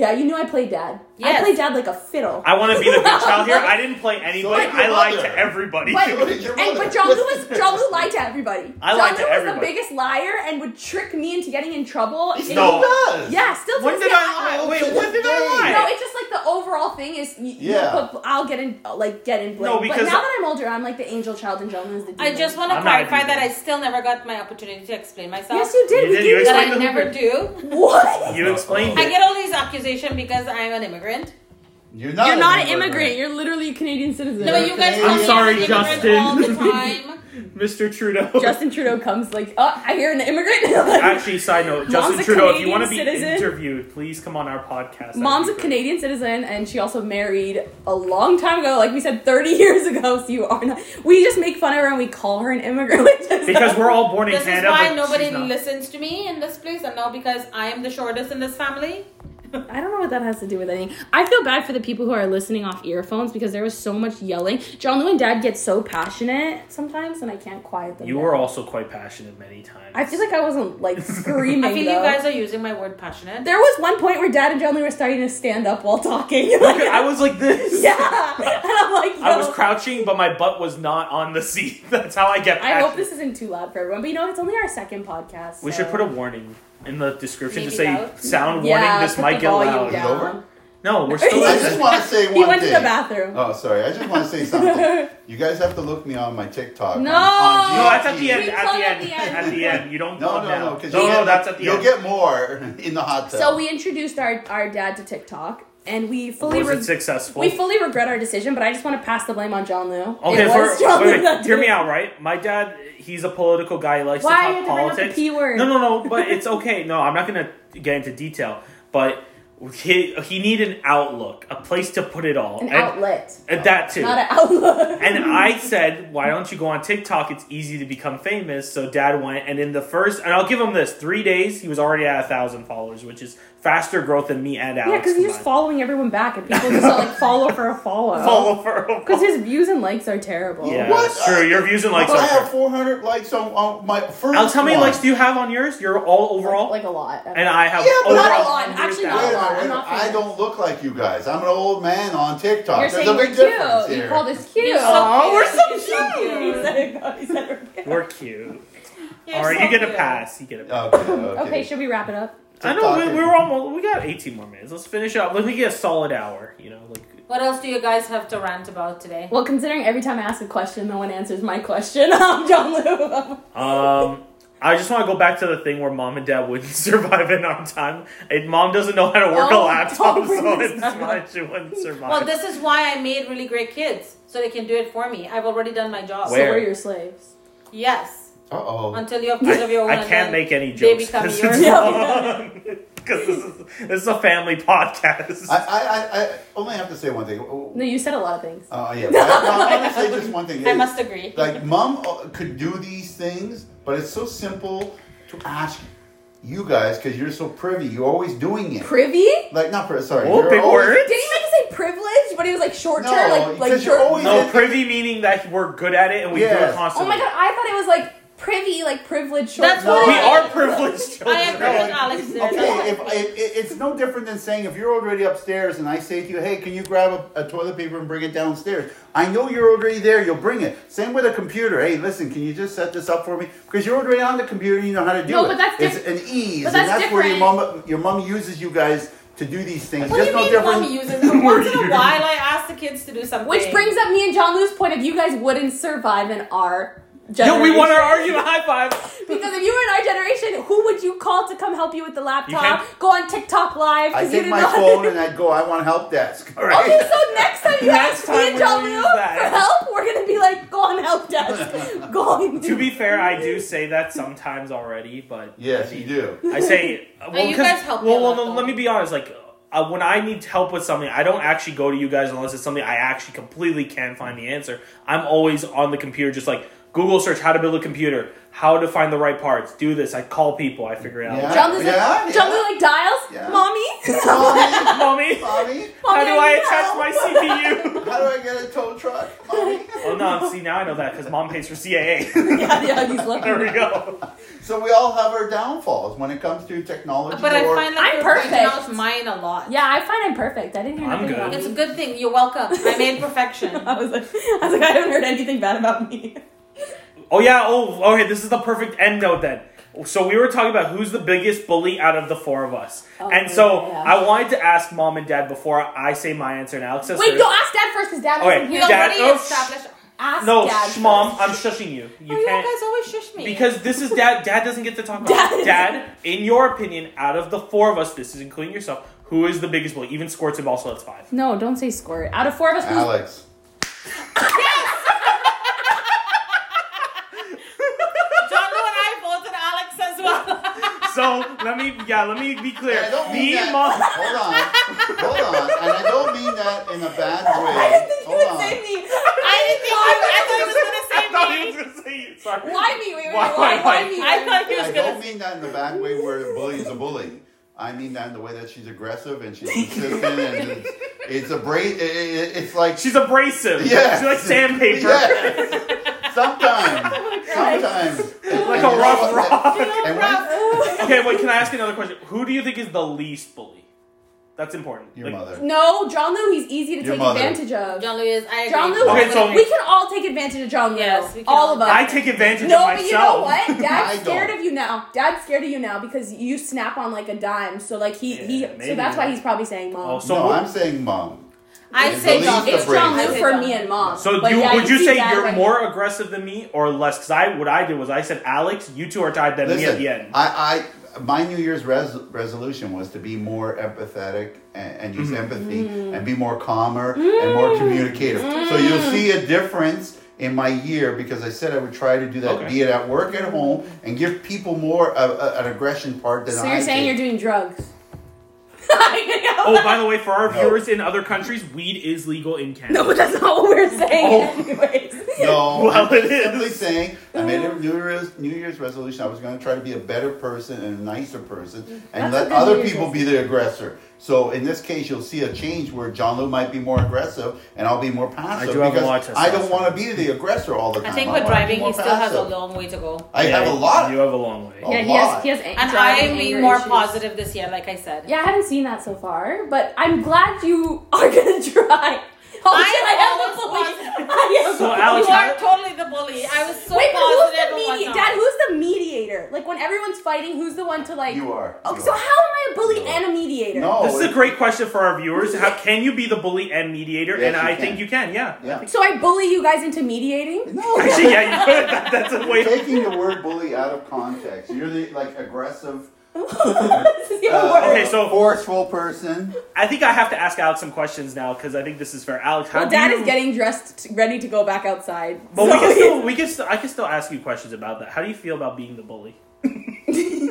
S1: yeah, you knew I played dad. I
S3: Yes.
S1: played dad like a fiddle.
S2: I want to be the good child here. I didn't play anybody.
S4: did your
S2: I lied
S4: mother.
S2: to everybody.
S1: But,
S4: So did your
S1: and,
S4: mother.
S1: but John Lou was John Lou lied to everybody.
S2: I
S1: John
S2: lied to
S1: Lou was
S2: everybody.
S1: the biggest liar and would trick me into getting in trouble. And-
S2: No.
S4: does.
S1: Yeah, still. to
S2: When
S1: this day,
S2: did I
S4: Oh,
S2: lie? Wait, when did I lie?
S1: No, it's just like the overall thing is. You,
S4: Yeah.
S1: yeah. Put, I'll get in. uh, Like get in. Blame.
S2: No,
S1: but
S2: because-
S1: now that I'm older, I'm like the angel child and John Lou's the.
S3: I
S1: Demon.
S3: just want to
S2: I'm not
S3: clarify
S2: even-
S3: that I still never got my opportunity to explain myself.
S1: Yes, you did.
S2: You
S1: we
S2: did,
S1: gave
S2: you
S1: you
S3: That
S2: explained
S3: I
S2: Explain the
S3: never do.
S1: What?
S2: You explained
S3: I
S2: it.
S3: get all these accusations because I'm an immigrant.
S4: You're not.
S1: You're literally a Canadian citizen.
S3: No, you guys.
S4: I'm
S3: call me an
S2: sorry,
S3: immigrant
S2: Justin.
S3: All the time.
S2: Mr. Trudeau.
S1: Justin Trudeau comes like, oh, I hear an immigrant.
S2: Actually, side note, Justin
S1: a
S2: Trudeau, if you
S1: Canadian
S2: want to be
S1: citizen.
S2: interviewed, please come on our podcast. That'd
S1: Mom's
S2: be
S1: a
S2: great.
S1: Canadian citizen, and she also married a long time ago, like we said, 30 years ago. So you are not. We just make fun of her and we call her an immigrant. Which is
S2: Because we're all born in
S3: This is
S2: Canada.
S3: why
S2: but
S3: nobody
S2: she's not.
S3: listens to me in this place, and now because I am the shortest in this family.
S1: I don't know what that has to do with anything. I feel bad for the people who are listening off earphones because there was so much yelling. John Lou and Dad get so passionate sometimes, and I can't quiet them.
S2: You
S1: down.
S2: were also quite passionate many times.
S1: I feel like I wasn't like screaming.
S3: I feel you
S1: though.
S3: guys are using my word passionate.
S1: There was one point where Dad and John Lou were starting to stand up while talking. Like,
S2: I was like this.
S1: yeah, and I'm like,
S2: I was
S1: yo.
S2: crouching, but my butt was not on the seat. That's how I get.
S1: I hope
S2: passionate.
S1: this isn't too loud for everyone, but you know it's only our second podcast.
S2: We
S1: so-
S2: should put a warning in the description to
S3: Maybe
S2: say
S3: loud.
S2: sound
S1: Yeah,
S2: warning. This
S1: put
S2: might
S1: the
S2: get
S1: volume
S2: loud.
S1: down.
S4: over?
S2: No, we're still.
S4: I
S2: in
S4: just
S2: this.
S4: want to say one
S1: He went
S4: thing.
S1: to the bathroom.
S4: Oh, sorry. I just want to say something. You guys have to look me on my TikTok.
S1: No!
S4: On- on
S2: No, that's at the end.
S3: We
S2: At
S3: plug
S2: the
S3: at
S2: end.
S3: the end.
S2: At the end. You don't.
S4: No,
S2: plug
S4: no,
S2: now.
S4: no. 'cause
S2: No,
S4: you'll
S2: no.
S4: get-
S2: That's at the
S4: You'll
S2: end.
S4: get more in the hot tub.
S1: So we introduced our, our dad to TikTok, and we fully
S2: Was
S1: re-
S2: it successful?
S1: we fully regret our decision. But I just want to pass the blame on John Liu.
S2: Okay,
S1: it
S2: for,
S1: was John
S2: wait,
S1: Liu
S2: wait,
S1: that
S2: hear
S1: did
S2: me
S1: it.
S2: out, right? My dad, he's a political guy. He likes
S1: Why
S2: to
S1: you had to
S2: talk
S1: bring up the
S2: politics.
S1: P word?
S2: No, no, no. But it's okay. No, I'm not gonna get into detail. But he he need an outlook, a place to put it all,
S1: An
S2: And-
S1: outlet,
S2: and that too.
S1: not an outlook.
S2: and I said, why don't you go on TikTok? It's easy to become famous. So dad went, and in the first, and I'll give him this: three days, he was already at a thousand followers, which is faster growth than me and Alex.
S1: yeah, because he's just
S2: combined.
S1: following everyone back, and people just like follow for a follow.
S2: follow for.
S1: Because his views and likes are terrible.
S2: Yeah,
S4: What?
S2: it's true. Your views and likes.
S4: But I
S2: Are
S4: have 400 likes on, on my first.
S2: Alex, how many
S4: one.
S2: likes do you have on yours? You're all overall.
S1: like, like a lot.
S2: and I have
S4: Yeah, but
S2: over
S4: not a
S1: lot.
S2: 100,000.
S1: Actually,
S4: Wait a
S1: not a lot. I'm
S4: minute, wait a minute.
S1: not
S4: I
S1: famous.
S4: don't look like you guys. I'm an old man on TikTok.
S1: You're
S4: There's
S1: saying
S4: a
S1: we're
S4: big
S1: cute.
S4: difference
S1: You
S4: here.
S1: called us cute.
S3: Oh, we're so
S1: He
S3: cute.
S1: said it- he said we're cute.
S2: We're cute.
S3: You're
S2: All right,
S3: so
S2: you get a
S3: cute.
S2: pass. You get a pass.
S4: okay, okay.
S1: Okay, should we wrap it up?
S2: I know we,
S4: TikTok.
S2: we were almost. We got 18 more minutes. Let's finish up. Let me get a solid hour. You know, like
S3: What else do you guys have to rant about today?
S1: Well, considering every time I ask a question, no one answers my question. I'm John Lou.
S2: Um, I just want to go back to the thing where mom and dad wouldn't survive in our time. And mom doesn't know how to work
S1: Oh,
S2: a laptop,
S1: don't bring
S2: so
S1: this
S2: it's
S1: up.
S2: why she wouldn't survive.
S3: Well, this is why I made really great kids, so they can do it for me. I've already done my job.
S1: So
S2: Where?
S1: we're your slaves.
S3: Yes,
S4: Uh oh.
S3: until you have kids of your own.
S2: I
S3: and
S2: can't
S3: then
S2: make any
S3: they
S2: jokes
S3: become
S2: because
S3: yours.
S2: this is this is a family podcast.
S4: I, I, I, I only have to say one thing. Oh,
S1: No, you said a lot of things.
S4: uh, yeah. but I, am going to say just one thing.
S3: I must agree.
S4: Like, mom uh, could do these things, but it's so simple to ask you guys because you're so privy. You're always doing it.
S1: Privy? Didn't
S4: like, not privy, sorry.
S2: Oh,
S4: you're
S2: big
S4: always-
S2: word.
S1: he mean to say privilege? But he was like short
S4: No,
S1: term, like like
S4: because you're
S1: short.
S4: always-
S2: No privy meaning that we're good at it and we do
S4: Yes.
S2: it constantly.
S1: oh my god, I thought it was like privy, like privilege. Short
S3: That's
S1: term.
S4: what
S2: We
S4: I-
S2: are privileged children.
S3: I agree with Alex there.
S4: Okay, if, if, it- it's no different than saying if you're already upstairs and I say to you, hey, can you grab a, a toilet paper and bring it downstairs? I know you're already there, you'll bring it. Same with a computer. Hey, listen, can you just set this up for me? Because you're already on the computer, you know how to do
S1: No,
S4: it.
S1: but that's
S4: it's
S1: diff-
S4: an ease,
S1: but
S4: and
S1: that's
S4: that's where your
S1: different.
S4: mom, your mom uses you guys to do these things.
S3: What
S4: just
S3: do you
S4: no
S3: mean
S4: different.
S3: mommy uses it? Once in a while, I ask the kids to do something.
S1: Which brings up me and John Lou's point of you guys wouldn't survive in our generation.
S2: Yo, we want our argument high five.
S1: Because if you were in our generation, who would you call to come help you with the laptop?
S2: can't-
S1: Go on TikTok live. 'cause
S4: I
S1: you
S4: take
S1: did
S4: my
S1: not-
S4: phone and I'd go, I want help desk. All right.
S1: Okay, so next time you
S2: Next
S1: ask
S2: time
S1: me and
S2: we're gonna
S1: John Leo
S2: use
S1: for
S2: that.
S1: help, we're gonna be like, go on help desk. go on.
S2: to be fair, I do say that sometimes already, but
S4: Yes,
S2: I
S4: you
S2: mean,
S4: do.
S2: I say, uh, well,
S3: you
S2: 'cause-
S3: guys help me
S2: well,
S3: a
S2: well,
S3: lot,
S2: no,
S3: though.
S2: let me be honest. Like, uh, when I need help with something, I don't actually go to you guys unless it's something I actually completely can find the answer. I'm always on the computer, just like Google search how to build a computer, how to find the right parts, do this. I call people, I figure it out.
S4: Yeah.
S1: John Leo's
S4: Ah, Yeah,
S1: like, John
S4: yeah.
S1: Leo like dials,
S4: Yeah.
S1: mommy.
S4: Mommy,
S2: Mommy, how
S4: mommy,
S1: Mommy,
S2: do I
S1: need
S2: attach
S1: help."
S2: my CPU?
S4: how do I get a tow truck? Mommy.
S2: oh no, see now I know that because mom pays for CAA.
S1: yeah, yeah, he's
S2: there we
S1: looking.
S2: go.
S4: So we all have our downfalls when it comes to technology.
S3: But I
S4: or-
S3: find like
S1: I'm
S3: you're
S1: perfect.
S3: bringing out mine a lot.
S1: Yeah, I find I'm perfect. I didn't hear
S2: I'm
S1: anything
S2: good.
S1: about
S3: It's a
S1: me.
S3: good thing. You're welcome. I made perfection.
S1: I was like, I was like, I haven't heard anything bad about me.
S2: Oh yeah. Oh, okay. This is the perfect end note then. So we were talking about who's the biggest bully out of the four of us,
S1: Oh,
S2: and so
S1: yeah.
S2: I wanted to ask mom and dad before I say my answer and Alex says
S1: Wait,
S2: hers.
S1: no, ask dad first because dad
S2: Okay,
S1: isn't
S3: We
S1: here.
S2: Dad-
S3: already
S2: oh, sh-
S3: established.
S1: ask
S2: no,
S1: dad.
S2: shh, mom,
S1: first.
S2: I'm shushing you. You
S3: Oh, you
S2: can't
S3: guys always shush me.
S2: because this is dad. Dad doesn't get to talk. About
S1: Dad
S2: dad,
S1: is-
S2: dad, in your opinion, out of the four of us, this is including yourself. Who is the biggest bully? Even Squirts and also that's five.
S1: No, don't say squirt. Out of four of us, who's
S4: Alex.
S3: John Lou and I voted Alex as well.
S2: So let me, yeah, let me be clear.
S4: And I don't mean
S2: Me
S4: that.
S2: and mom.
S4: Hold on, hold on, and I don't mean that in a bad way.
S1: I didn't think you
S4: hold
S1: would
S4: on.
S1: say me.
S3: I didn't think I, I thought he was gonna say
S2: I thought he
S3: me.
S2: was gonna say you. Sorry.
S1: Why me? Wait, wait,
S2: Why-
S1: wait, why,
S2: why-
S1: why,
S2: why-
S1: me?
S3: I thought he was
S4: I
S3: gonna.
S4: don't mean that in the bad way where a bully is a bully. I mean that in the way that she's aggressive and she's consistent and it's, it's a bra- it, it, it's like
S2: She's abrasive.
S4: Yeah.
S2: She's like sandpaper.
S4: Yes. Sometimes.
S2: Oh
S4: Sometimes.
S2: Like
S4: And
S2: a
S4: you know
S2: rough
S4: what?
S2: rock.
S4: And when,
S2: okay, wait, can I ask you another question? Who do you think is the least bully? That's important.
S4: your
S2: Like-
S4: mother.
S1: No, John Lou, he's easy to
S4: Your
S1: take
S4: mother.
S1: advantage of.
S3: John Lou is. I agree.
S1: John Lou,
S2: Okay, so-
S1: we can all take advantage of John Lou.
S3: Yes, we can
S1: all
S3: all.
S1: of us.
S2: I take advantage
S1: no,
S2: of
S1: but you know
S2: myself.
S1: what?
S4: I
S1: Dad's
S4: don't.
S1: scared of you now. Dad's scared of you now because you snap on like a dime. So like he
S2: Yeah,
S1: he.
S2: maybe.
S1: So that's why he's probably saying mom.
S2: Oh, so
S4: no,
S2: what-
S4: I'm saying mom.
S3: I
S4: It's
S3: say
S4: the
S3: John.
S4: least
S1: it's
S4: abrasive.
S1: John Lou
S3: I say
S1: for
S3: John
S1: me
S3: Lou.
S1: and mom.
S2: so
S1: But
S2: you
S1: yeah,
S2: would you
S1: see
S2: say
S1: Dad
S2: you're
S1: right
S2: more aggressive than me or less? Because I what I did was I said, Alex, you two are tied than me at
S4: Listen,
S2: the end.
S4: I, I, my New Year's res- resolution was to be more empathetic and, and
S2: Mm-hmm.
S4: use empathy
S2: Mm.
S4: and be more calmer and more communicative. So you'll see a difference in my year because I said I would try to do that,
S2: Okay.
S4: be it at work, at home, and give people more of a, an aggression part than
S1: So
S4: I
S1: you're saying
S4: did.
S1: you're doing drugs. I know.
S2: oh, by the way, for our
S4: No.
S2: viewers in other countries, weed is legal in Canada.
S1: No, but that's not what we're saying.
S2: Oh.
S1: Anyways.
S4: No,
S2: Well,
S4: I'm
S2: it is.
S4: simply saying I made a New Year's New Year's resolution. I was going to try to be a better person and a nicer person,
S1: That's
S4: and
S1: a
S4: let
S1: good
S4: other
S1: New Year's
S4: people be the aggressor. So in this case, you'll see a change where John Lou might be more aggressive, and I'll be more passive
S2: do have a
S4: because
S2: lot to
S4: I don't
S2: suffer.
S4: want to be the aggressor all the
S3: I
S4: time.
S3: think
S4: wanna
S3: with
S4: be
S3: driving,
S4: more
S3: he still has a
S4: passive.
S3: long way to go.
S4: I have a lot.
S2: You have a long way.
S4: Oh.
S1: Yeah,
S4: A
S1: he has
S4: lot.
S1: he has
S3: And I'm being more positive this year, like I said.
S1: Yeah, I haven't seen that so far, but I'm glad you are gonna try. Oh,
S3: I'm
S1: shit, I have a
S3: always
S1: bully. I am
S2: So,
S1: a bully.
S2: Alex,
S3: You
S2: how-
S3: are totally the bully. I was so
S1: Wait, but who's
S3: positive.
S1: the
S3: and
S1: mediator?
S3: whatnot.
S1: Dad, who's the mediator? Like when everyone's fighting, who's the one to like?
S4: You are.
S1: Oh,
S4: You
S1: so
S4: are.
S1: how am I a bully
S4: You are.
S1: and a mediator?
S4: No,
S2: This is a
S4: it-
S2: great question for our viewers. How can you be the bully and mediator?
S4: Yes,
S2: and
S4: you
S2: I
S4: can.
S2: think you can, yeah.
S4: Yeah.
S1: So I bully you guys into mediating.
S4: No,
S2: Actually, yeah, you could. That- that's a way
S4: you're taking the word bully out of context. You're the like aggressive,
S1: this is your
S4: uh,
S1: word.
S2: Oh, Okay, so-
S4: forceful person.
S2: I think I have to ask Alex some questions now because I think this is fair. Alex, how
S1: Well,
S2: do
S1: Dad
S2: you?
S1: is getting dressed, t- ready to go back outside.
S2: but
S1: So
S2: we can
S1: he's-
S2: still, we can still, I can still ask you questions about that. How do you feel about being the bully?
S3: She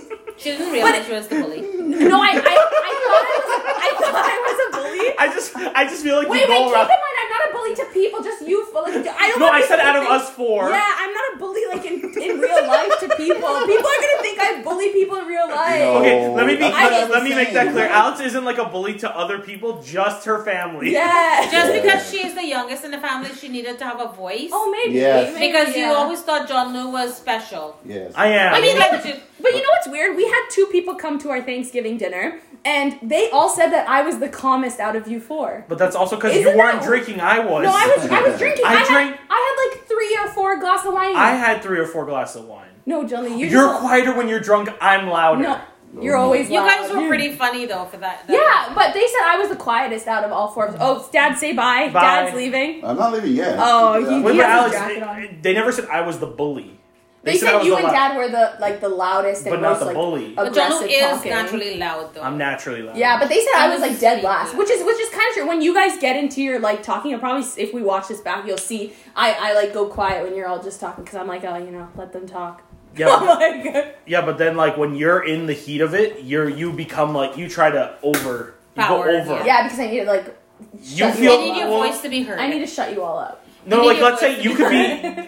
S3: didn't realize she was the bully.
S1: No, I, I, I, thought I was, I thought I was a bully.
S2: I just, I just feel like
S1: Wait,
S2: you
S1: wait,
S2: go
S1: keep in
S2: around.
S1: mind, I'm not a bully to people, just you. but, Like, I don't
S2: No,
S1: want
S2: I said
S1: people
S2: out
S1: to
S2: of
S1: think-
S2: us four.
S1: Yeah, I'm not a bully, like, in, in real life to people. People are gonna think I bully people in real life.
S4: No.
S2: Okay, let me be,
S4: That's
S1: what I
S2: let,
S1: was
S2: let me make
S4: saying.
S2: that clear. Alex isn't like a bully to other people, just her family.
S1: Yeah.
S3: Just because she is the youngest in the family, she needed to have a voice.
S1: oh, maybe.
S4: Yes.
S1: maybe,
S3: because you
S1: yeah.
S3: always thought John Lou was special.
S4: Yes,
S2: I am.
S3: I mean, like,
S1: But you know what's weird? We had two people come to our Thanksgiving dinner, and they all said that I was the calmest out of you four.
S2: but that's also because you
S1: Isn't
S2: weren't
S1: that-
S2: drinking. I was.
S1: No, I was I was drinking.
S2: I
S1: I,
S2: drank-
S1: Had, I had like three or four glass of wine.
S2: I had three or four glasses of wine.
S1: no, Johnny, you
S2: You're
S1: just-
S2: quieter when you're drunk. I'm louder.
S1: No, You're always
S3: You
S1: loud.
S3: guys were pretty funny though for that. that
S1: Yeah, but they said I was the quietest out of all four. of us. Oh, Dad, say bye.
S2: Bye.
S1: Dad's leaving.
S4: I'm not leaving yet.
S1: Oh,
S4: Yeah.
S1: he-
S2: Wait,
S1: he-
S2: but
S1: has his
S2: Alex,
S1: jacket
S2: it-
S1: on.
S2: it- they never said I was the bully.
S1: They,
S2: I
S1: said
S2: was
S1: you
S2: the
S1: and
S2: loud-
S1: Dad were the like the loudest and
S2: But not
S1: most
S2: the
S1: like
S2: bully.
S3: But John
S1: aggressive
S3: is
S1: talking.
S3: naturally loud though.
S2: I'm naturally loud.
S1: Yeah, but they said I was like dead
S3: Honestly,
S1: last,
S3: yeah.
S1: which is which is kind of true. When you guys get into your like talking, you'll probably if we watch this back, you'll see I I like go quiet when you're all just talking because I'm like oh you know let them talk.
S2: Yeah,
S1: I'm
S2: but-
S1: like-
S2: yeah, but then like when you're in the heat of it, you're you become like you try to over you go
S3: Power,
S2: over.
S1: yeah, because I need to like
S2: You
S1: shut
S2: feel-
S3: I
S1: all
S3: need your
S1: up.
S2: Well,
S3: voice to be heard.
S1: I need to shut you all up.
S2: No,
S3: You
S2: like
S3: need
S2: let's
S3: your
S2: say
S3: voice
S2: you
S3: to
S2: could
S3: be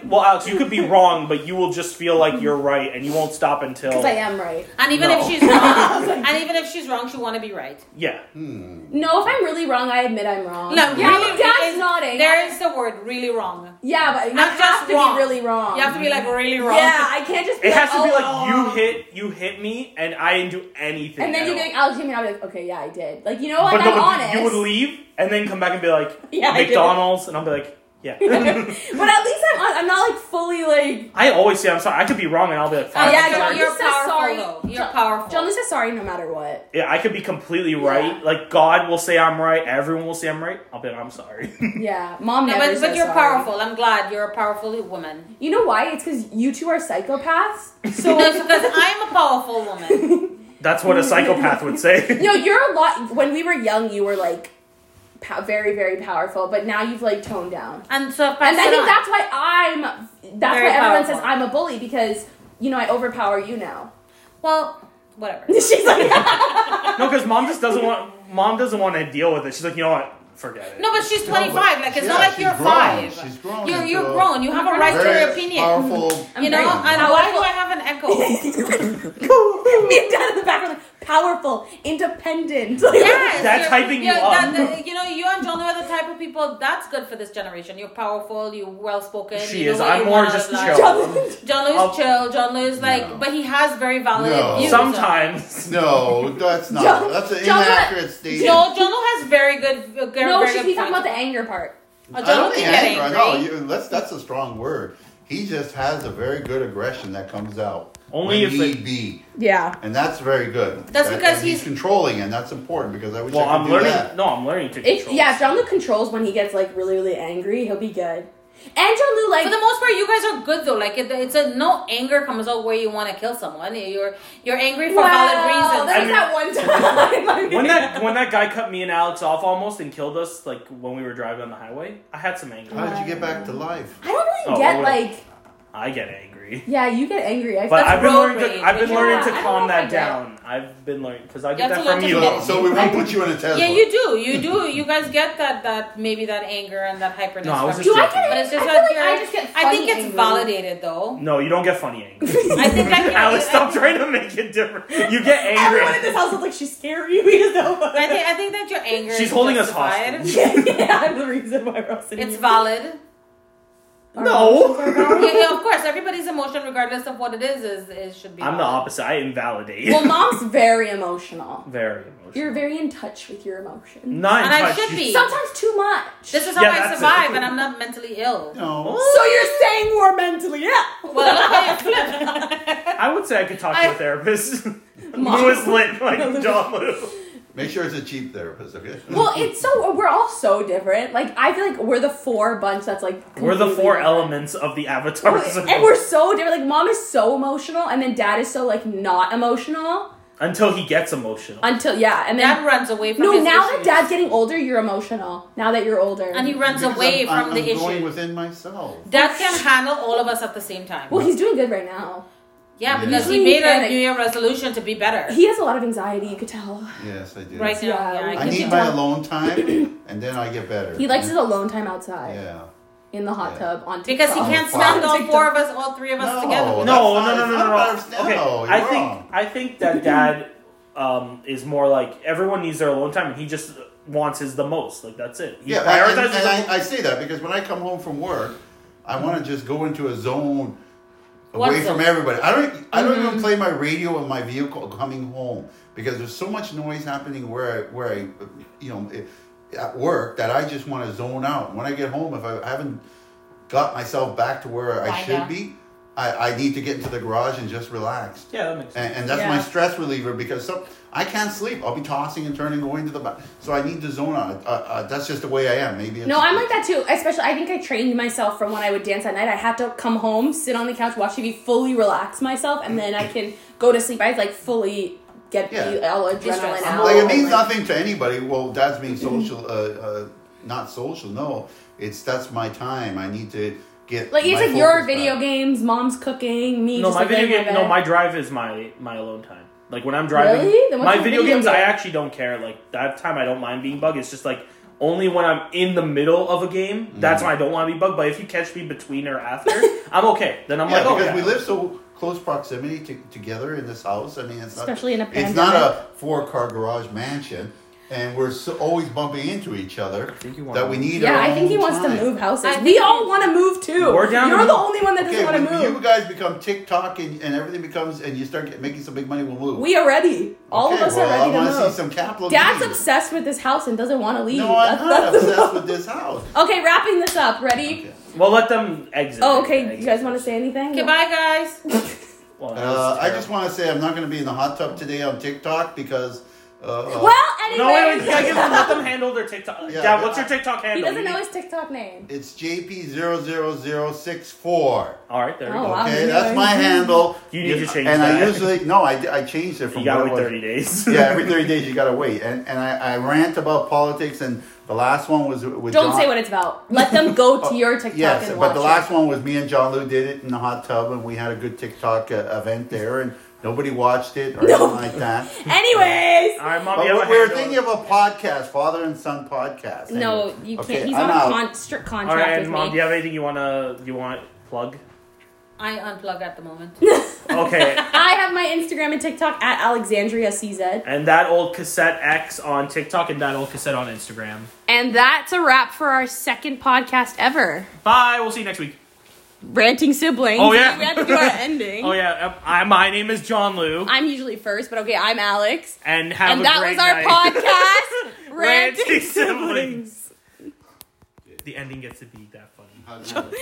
S2: be well, Alex, you could be wrong, but you will just feel like you're right, and you won't stop until
S1: Because Oh. I am right.
S3: and even
S2: No.
S3: if she's wrong, and even if she's wrong, she want to be right.
S2: yeah.
S1: No, if I'm really wrong, I admit I'm wrong.
S3: No,
S1: yeah,
S3: really,
S1: but Dad's
S3: is-
S1: nodding.
S3: There is the word really wrong.
S1: yeah, but you
S3: I'm just
S1: have to
S3: wrong.
S1: be really wrong.
S3: You have to be like really wrong.
S1: Um, Yeah, I can't just. Be
S2: It
S1: like,
S2: has to be
S1: "Oh,
S2: like
S1: oh,
S2: you
S1: oh."
S2: hit you hit me, and I didn't do anything.
S1: And then
S2: at
S1: you
S2: all.
S1: think Alex Jimmy, and I'll be like, okay, yeah, I did. Like you know what?
S2: but
S1: I'm
S2: no, but
S1: honest.
S2: you would leave and then come back and be like
S1: Yeah, I did.
S2: McDonald's, and I'll be like, yeah.
S1: but at least I'm hon- I'm not like fully like.
S2: I always say I'm sorry. I could be wrong, and I'll be like, fine.
S1: Oh, yeah,
S2: I'm sorry.
S1: John,
S3: you're
S1: just says
S3: powerful
S1: sorry.
S3: though. You're powerful.
S1: John Lee says sorry no matter what.
S2: Yeah, I could be completely right. Like God will say I'm right. Everyone will say I'm right. I'll be like, I'm sorry.
S1: Yeah, mom
S3: no,
S1: never
S3: but,
S1: says
S3: but you're
S1: sorry.
S3: powerful. I'm glad you're a powerful woman.
S1: You know why? It's because you two are psychopaths. So
S3: No, because I'm a powerful woman.
S2: That's what a psychopath would say.
S1: no, you're a lot. When we were young, you were like pow- very very powerful, but now you've like toned down.
S3: And so,
S1: And I think that's why I'm. That's
S3: Very
S1: why everyone
S3: powerful.
S1: says I'm a bully because you know I overpower you now.
S3: well, whatever.
S1: She's like,
S2: no, because mom just doesn't want. Mom doesn't want to deal with it. She's like, you know what? Forget it.
S3: No, but she's 25. Like, it's
S4: Oh, Yeah,
S3: not like
S4: she's
S3: you're
S4: grown.
S3: five.
S4: She's grown
S3: You're,
S4: into
S3: you're
S4: a
S3: grown. You have a right to
S4: very
S3: your opinion.
S4: Powerful.
S1: I'm
S3: You know,
S1: very
S3: and
S1: powerful.
S3: why do I have an echo?
S1: me and dad in the background, like, powerful, independent.
S3: yes,
S2: That's
S3: you're-
S2: hyping you
S3: you're-
S2: up.
S3: that- you know, you and John are the type of people that's good for this generation. You're powerful. You're well spoken.
S2: She
S3: you know
S2: is.
S3: what
S2: I'm
S3: you
S2: more
S3: want out
S2: just
S3: of
S2: chill.
S3: life.
S1: John-
S3: John Lewis
S2: I'll-
S3: chill. John Lewis like,
S4: No.
S3: but he has very valid
S4: No.
S3: views.
S2: Sometimes.
S4: No, that's not.
S1: John-
S4: that's an
S1: John, what-
S4: inaccurate statement.
S3: No, John Lewis has very good. Uh, very,
S1: no,
S3: very
S1: she's
S3: good
S1: he's talking about
S3: points.
S1: the anger part.
S3: Uh,
S4: I
S3: John
S4: don't
S3: Lewis
S4: think
S3: can get
S4: angry.
S3: angry.
S4: No, you, that's that's a strong word. He just has a very good aggression that comes out
S2: Only
S4: when
S2: if
S4: need
S2: it-
S4: be,
S1: Yeah.
S4: and that's very good.
S3: That's
S4: That-
S3: because
S4: and he's
S3: he's-
S4: controlling, and that's important because I wish
S2: Well,
S4: I could
S2: I'm
S4: do
S2: learning.
S4: that.
S2: No, I'm learning to
S1: If,
S2: control.
S1: yeah, if John Luke controls when he gets like really, really angry, he'll be good. And John Luke, like,
S3: For the most part, you guys are good though. Like it, it's a no anger comes out where you want to kill someone. You're you're angry
S1: wow,
S3: for valid
S1: there
S3: reasons.
S1: was that one time. Like-
S2: When that when that guy cut me and Alex off almost and killed us, like when we were driving on the highway, I had some
S4: How
S2: anger.
S4: did you get back to life?
S1: I don't really
S2: Oh,
S1: get
S2: well,
S1: like,
S2: I get angry,
S1: yeah, you get angry. I
S2: but
S1: feel
S2: I've been
S3: road
S2: learning.
S3: rage.
S2: To, I've been
S3: Yeah,
S2: learning
S1: I
S2: to
S1: don't
S2: calm
S1: know if I
S2: that
S1: get it.
S2: down. I've been learning because I
S3: You
S2: get
S3: have
S2: that
S3: to learn
S2: from
S3: to
S2: you.
S4: So,
S3: meditate.
S4: so we won't put you in a Tesla.
S3: yeah, you do. You do. You guys get that that maybe that anger and that hyperness.
S2: No, I was
S3: from-
S2: just
S1: do I
S2: joking.
S1: get
S3: but it's just
S1: I
S3: that
S1: feel like
S3: you're-
S1: I just get
S3: I think
S1: funny
S3: it's
S1: angry.
S3: validated though.
S2: No, you don't get funny angry.
S3: I think I can.
S2: Alex,
S3: I,
S2: stop trying to make it different. You get
S1: Everyone in
S2: angry.
S1: this house is like, she's scary. We just don't want
S3: I think I think that your anger.
S2: She's
S3: is
S2: holding us
S3: justified.
S2: hostage.
S1: yeah, yeah, I'm the reason why we're all sitting
S3: It's
S1: here.
S3: valid.
S1: Our
S2: No.
S1: emotions are valid.
S3: yeah, yeah, of course. Everybody's emotion, regardless of what it is, is it should be.
S2: I'm the
S3: valid.
S2: opposite. I invalidate.
S1: well, mom's very emotional.
S2: Very emotional.
S1: You're very in touch with your emotions.
S2: Not in
S3: And I
S2: touch.
S3: should
S2: You-
S3: be.
S1: Sometimes too much.
S3: This is how
S2: Yeah,
S3: I
S2: that's
S3: survive,
S2: it.
S3: and I'm not mentally ill.
S4: No.
S1: so you're saying we're mentally yeah.
S3: Well, look how you flip.
S2: I would say I could talk to
S3: I-
S2: a therapist.
S1: Mom.
S2: Lewis lit like John Lewis.
S4: Make sure it's a cheap therapist, okay?
S1: Well, it's so we're all so different. Like I feel like we're the four bunch that's like
S2: We're the
S1: completely
S2: four
S1: different.
S2: elements of the Avatar. symbol.
S1: and we're so different. Like mom is so emotional, and then dad is so like not emotional
S2: until he gets emotional.
S1: until yeah, and then
S3: Dad runs away from
S1: no.
S3: his
S1: Now that
S3: issues.
S1: dad's getting older, you're emotional. Now that you're older,
S3: and he runs
S4: Because
S3: away
S4: I'm, I'm-
S3: from the
S4: I'm
S3: issue.
S4: going within myself.
S3: Dad can handle all of us at the same time.
S1: well, he's doing good right now.
S3: yeah,
S4: Yeah.
S3: because he
S1: Usually
S3: made a
S1: panic.
S3: New Year resolution to be better.
S1: He has a lot of anxiety. You could tell.
S4: Yes, I do.
S3: Right now,
S1: Yeah.
S3: yeah,
S4: I
S3: can
S4: need
S3: see
S4: my
S3: that.
S4: alone time, and then I get better.
S1: He likes his alone time outside
S4: Yeah.
S1: in the hot
S4: Yeah.
S1: tub on
S3: because he
S1: TikTok.
S3: can't
S4: Oh, wow.
S3: stand all four of us, all three of us
S4: No.
S3: together.
S2: no,
S4: That's
S2: no, no,
S4: not-
S2: no,
S4: it's
S2: no,
S4: not
S2: no.
S4: about us
S2: Okay,
S4: now.
S2: I
S4: You're
S2: think
S4: wrong.
S2: I think that dad um, is more like everyone needs their alone time, and he just wants his the most. Like that's it. He
S4: Yeah, and,
S2: prioritizes.
S4: and, and
S2: his-
S4: I, I say that because when I come home from work, I want to just go into a zone
S3: What
S4: away
S3: zone?
S4: from everybody. I don't. I don't even play my radio in my vehicle coming home because there's so much noise happening where I, where I, you know, it, at work that I just want to zone out. When I get home, if I haven't got myself back to where I
S3: Wind
S4: should
S3: down.
S4: be, I, I need to get into the garage and just relax.
S2: Yeah, that makes sense.
S4: And, and that's
S1: Yeah.
S4: my stress reliever because some, I can't sleep. I'll be tossing and turning, going to the back. So I need to zone out. Uh, uh, that's just the way I am. Maybe it's,
S1: No, I'm like that too. Especially, I think I trained myself from when I would dance at night. I had to come home, sit on the couch, watch TV, fully relax myself, and then I can go to sleep. I like fully get the
S4: Yeah.
S1: all
S3: Distress.
S1: adrenaline out.
S4: Like it means
S1: Like-
S4: nothing to anybody. Well, that's being social, uh, uh, not social. No, it's that's my time. I need to get
S1: Like you
S4: my
S1: said, your
S4: focus
S1: video
S4: back.
S1: games, mom's cooking, me.
S2: No,
S1: just
S2: my
S1: like
S2: video
S1: laying in
S2: game.
S1: bed.
S2: No, my drive is my my alone time. Like when I'm driving,
S1: Really? Then what's
S2: my
S1: your
S2: video,
S1: video
S2: games, I
S1: game?
S2: actually don't care. Like that time, I don't mind being bugged. It's just like only when I'm in the middle of a game.
S4: Mm.
S2: That's when I don't want to be bugged. But if you catch me between or after, I'm okay. Then I'm
S4: Yeah,
S2: like, oh,
S4: because
S2: yeah.
S4: we live so close proximity to, together in this house. I mean, it's not,
S1: Especially in a
S4: it's not a four car garage mansion, and we're so, always bumping into each other
S2: think you want
S4: that
S2: to
S4: we
S2: move.
S4: need.
S1: yeah,
S4: our
S1: I think he
S4: own
S1: wants
S4: time.
S1: to move houses.
S3: I
S1: We
S3: think-
S1: all want to move too.
S2: We're down
S1: You're
S2: to
S1: the
S2: move.
S1: only one that
S4: Okay,
S1: doesn't want
S4: when
S1: to
S4: you
S1: move.
S4: guys become TikTok and, and everything becomes, and you start get, making some big money, we'll move.
S1: We are ready. All of
S4: okay,
S1: us
S4: well,
S1: are ready
S4: I wanna
S1: to move.
S4: see some capital.
S1: Dad's
S4: gains.
S1: obsessed with this house and doesn't want to leave.
S4: No, I'm
S1: That's-
S4: not
S1: that's the-
S4: obsessed with this house.
S1: Okay, wrapping this up. Ready?
S4: Okay.
S2: Well, let them exit.
S1: Oh, okay.
S2: Exit.
S1: You guys want to say anything?
S3: Okay, bye guys.
S2: Well, that was
S4: Uh, I just
S2: terrible.
S4: want to say I'm not going to be in the hot tub today on TikTok because. Uh, uh,
S1: Well,
S2: No, wait,
S1: anyway,
S2: wait. I them, let them handle their TikTok.
S4: Yeah,
S2: Dad, what's
S4: I-
S2: your TikTok
S1: he
S2: handle?
S1: doesn't
S2: You-
S1: know his TikTok name.
S4: It's JP00064.
S2: All right, there we
S1: Oh,
S2: go.
S1: wow.
S4: Okay,
S1: you
S4: that's
S1: guys-
S4: my handle.
S2: You need to change
S4: And I
S2: that.
S4: usually no, I, I changed it from
S2: You got
S4: what
S2: wait
S4: it was.
S2: thirty days.
S4: Yeah, every thirty days you gotta wait. And and I, I rant about politics. And the last one was with
S1: Don't
S4: John-
S1: say what it's about. Let them go to your TikTok
S4: Oh, Yes,
S1: and watch
S4: but the last one was me and John Lou did it in the hot tub, and we had a good TikTok uh, event there, and nobody watched it or
S1: No.
S4: anything like that.
S1: it. Anyways,
S2: All right, mom.
S4: But
S2: you have
S4: we-
S2: a
S4: we're
S2: handle.
S4: thinking of a podcast, father and son podcast.
S1: no,
S4: Anyway.
S1: you
S4: Okay,
S1: can't. He's
S4: I'm
S1: on
S4: out.
S1: a con- strict
S2: All
S1: contract
S2: right,
S1: with
S2: mom. Do
S1: me.
S2: you have anything you wanna you want plug?
S3: I unplug at the moment.
S2: Okay.
S1: I have my Instagram and TikTok at Alexandria CZ.
S2: and that old cassette X on TikTok and that old cassette on Instagram.
S1: And that's a wrap for our second podcast ever.
S2: Bye. We'll see you next week.
S1: Ranting siblings.
S2: Oh, yeah.
S1: We have to do our ending.
S2: Oh yeah. um, I, my name is John Lou,
S1: I'm usually first, but okay, I'm Alex.
S2: and have a
S1: and that was our podcast,
S2: great night.
S1: Ranting,
S2: Ranting
S1: siblings.
S2: The ending gets to be that funny.
S4: How's that?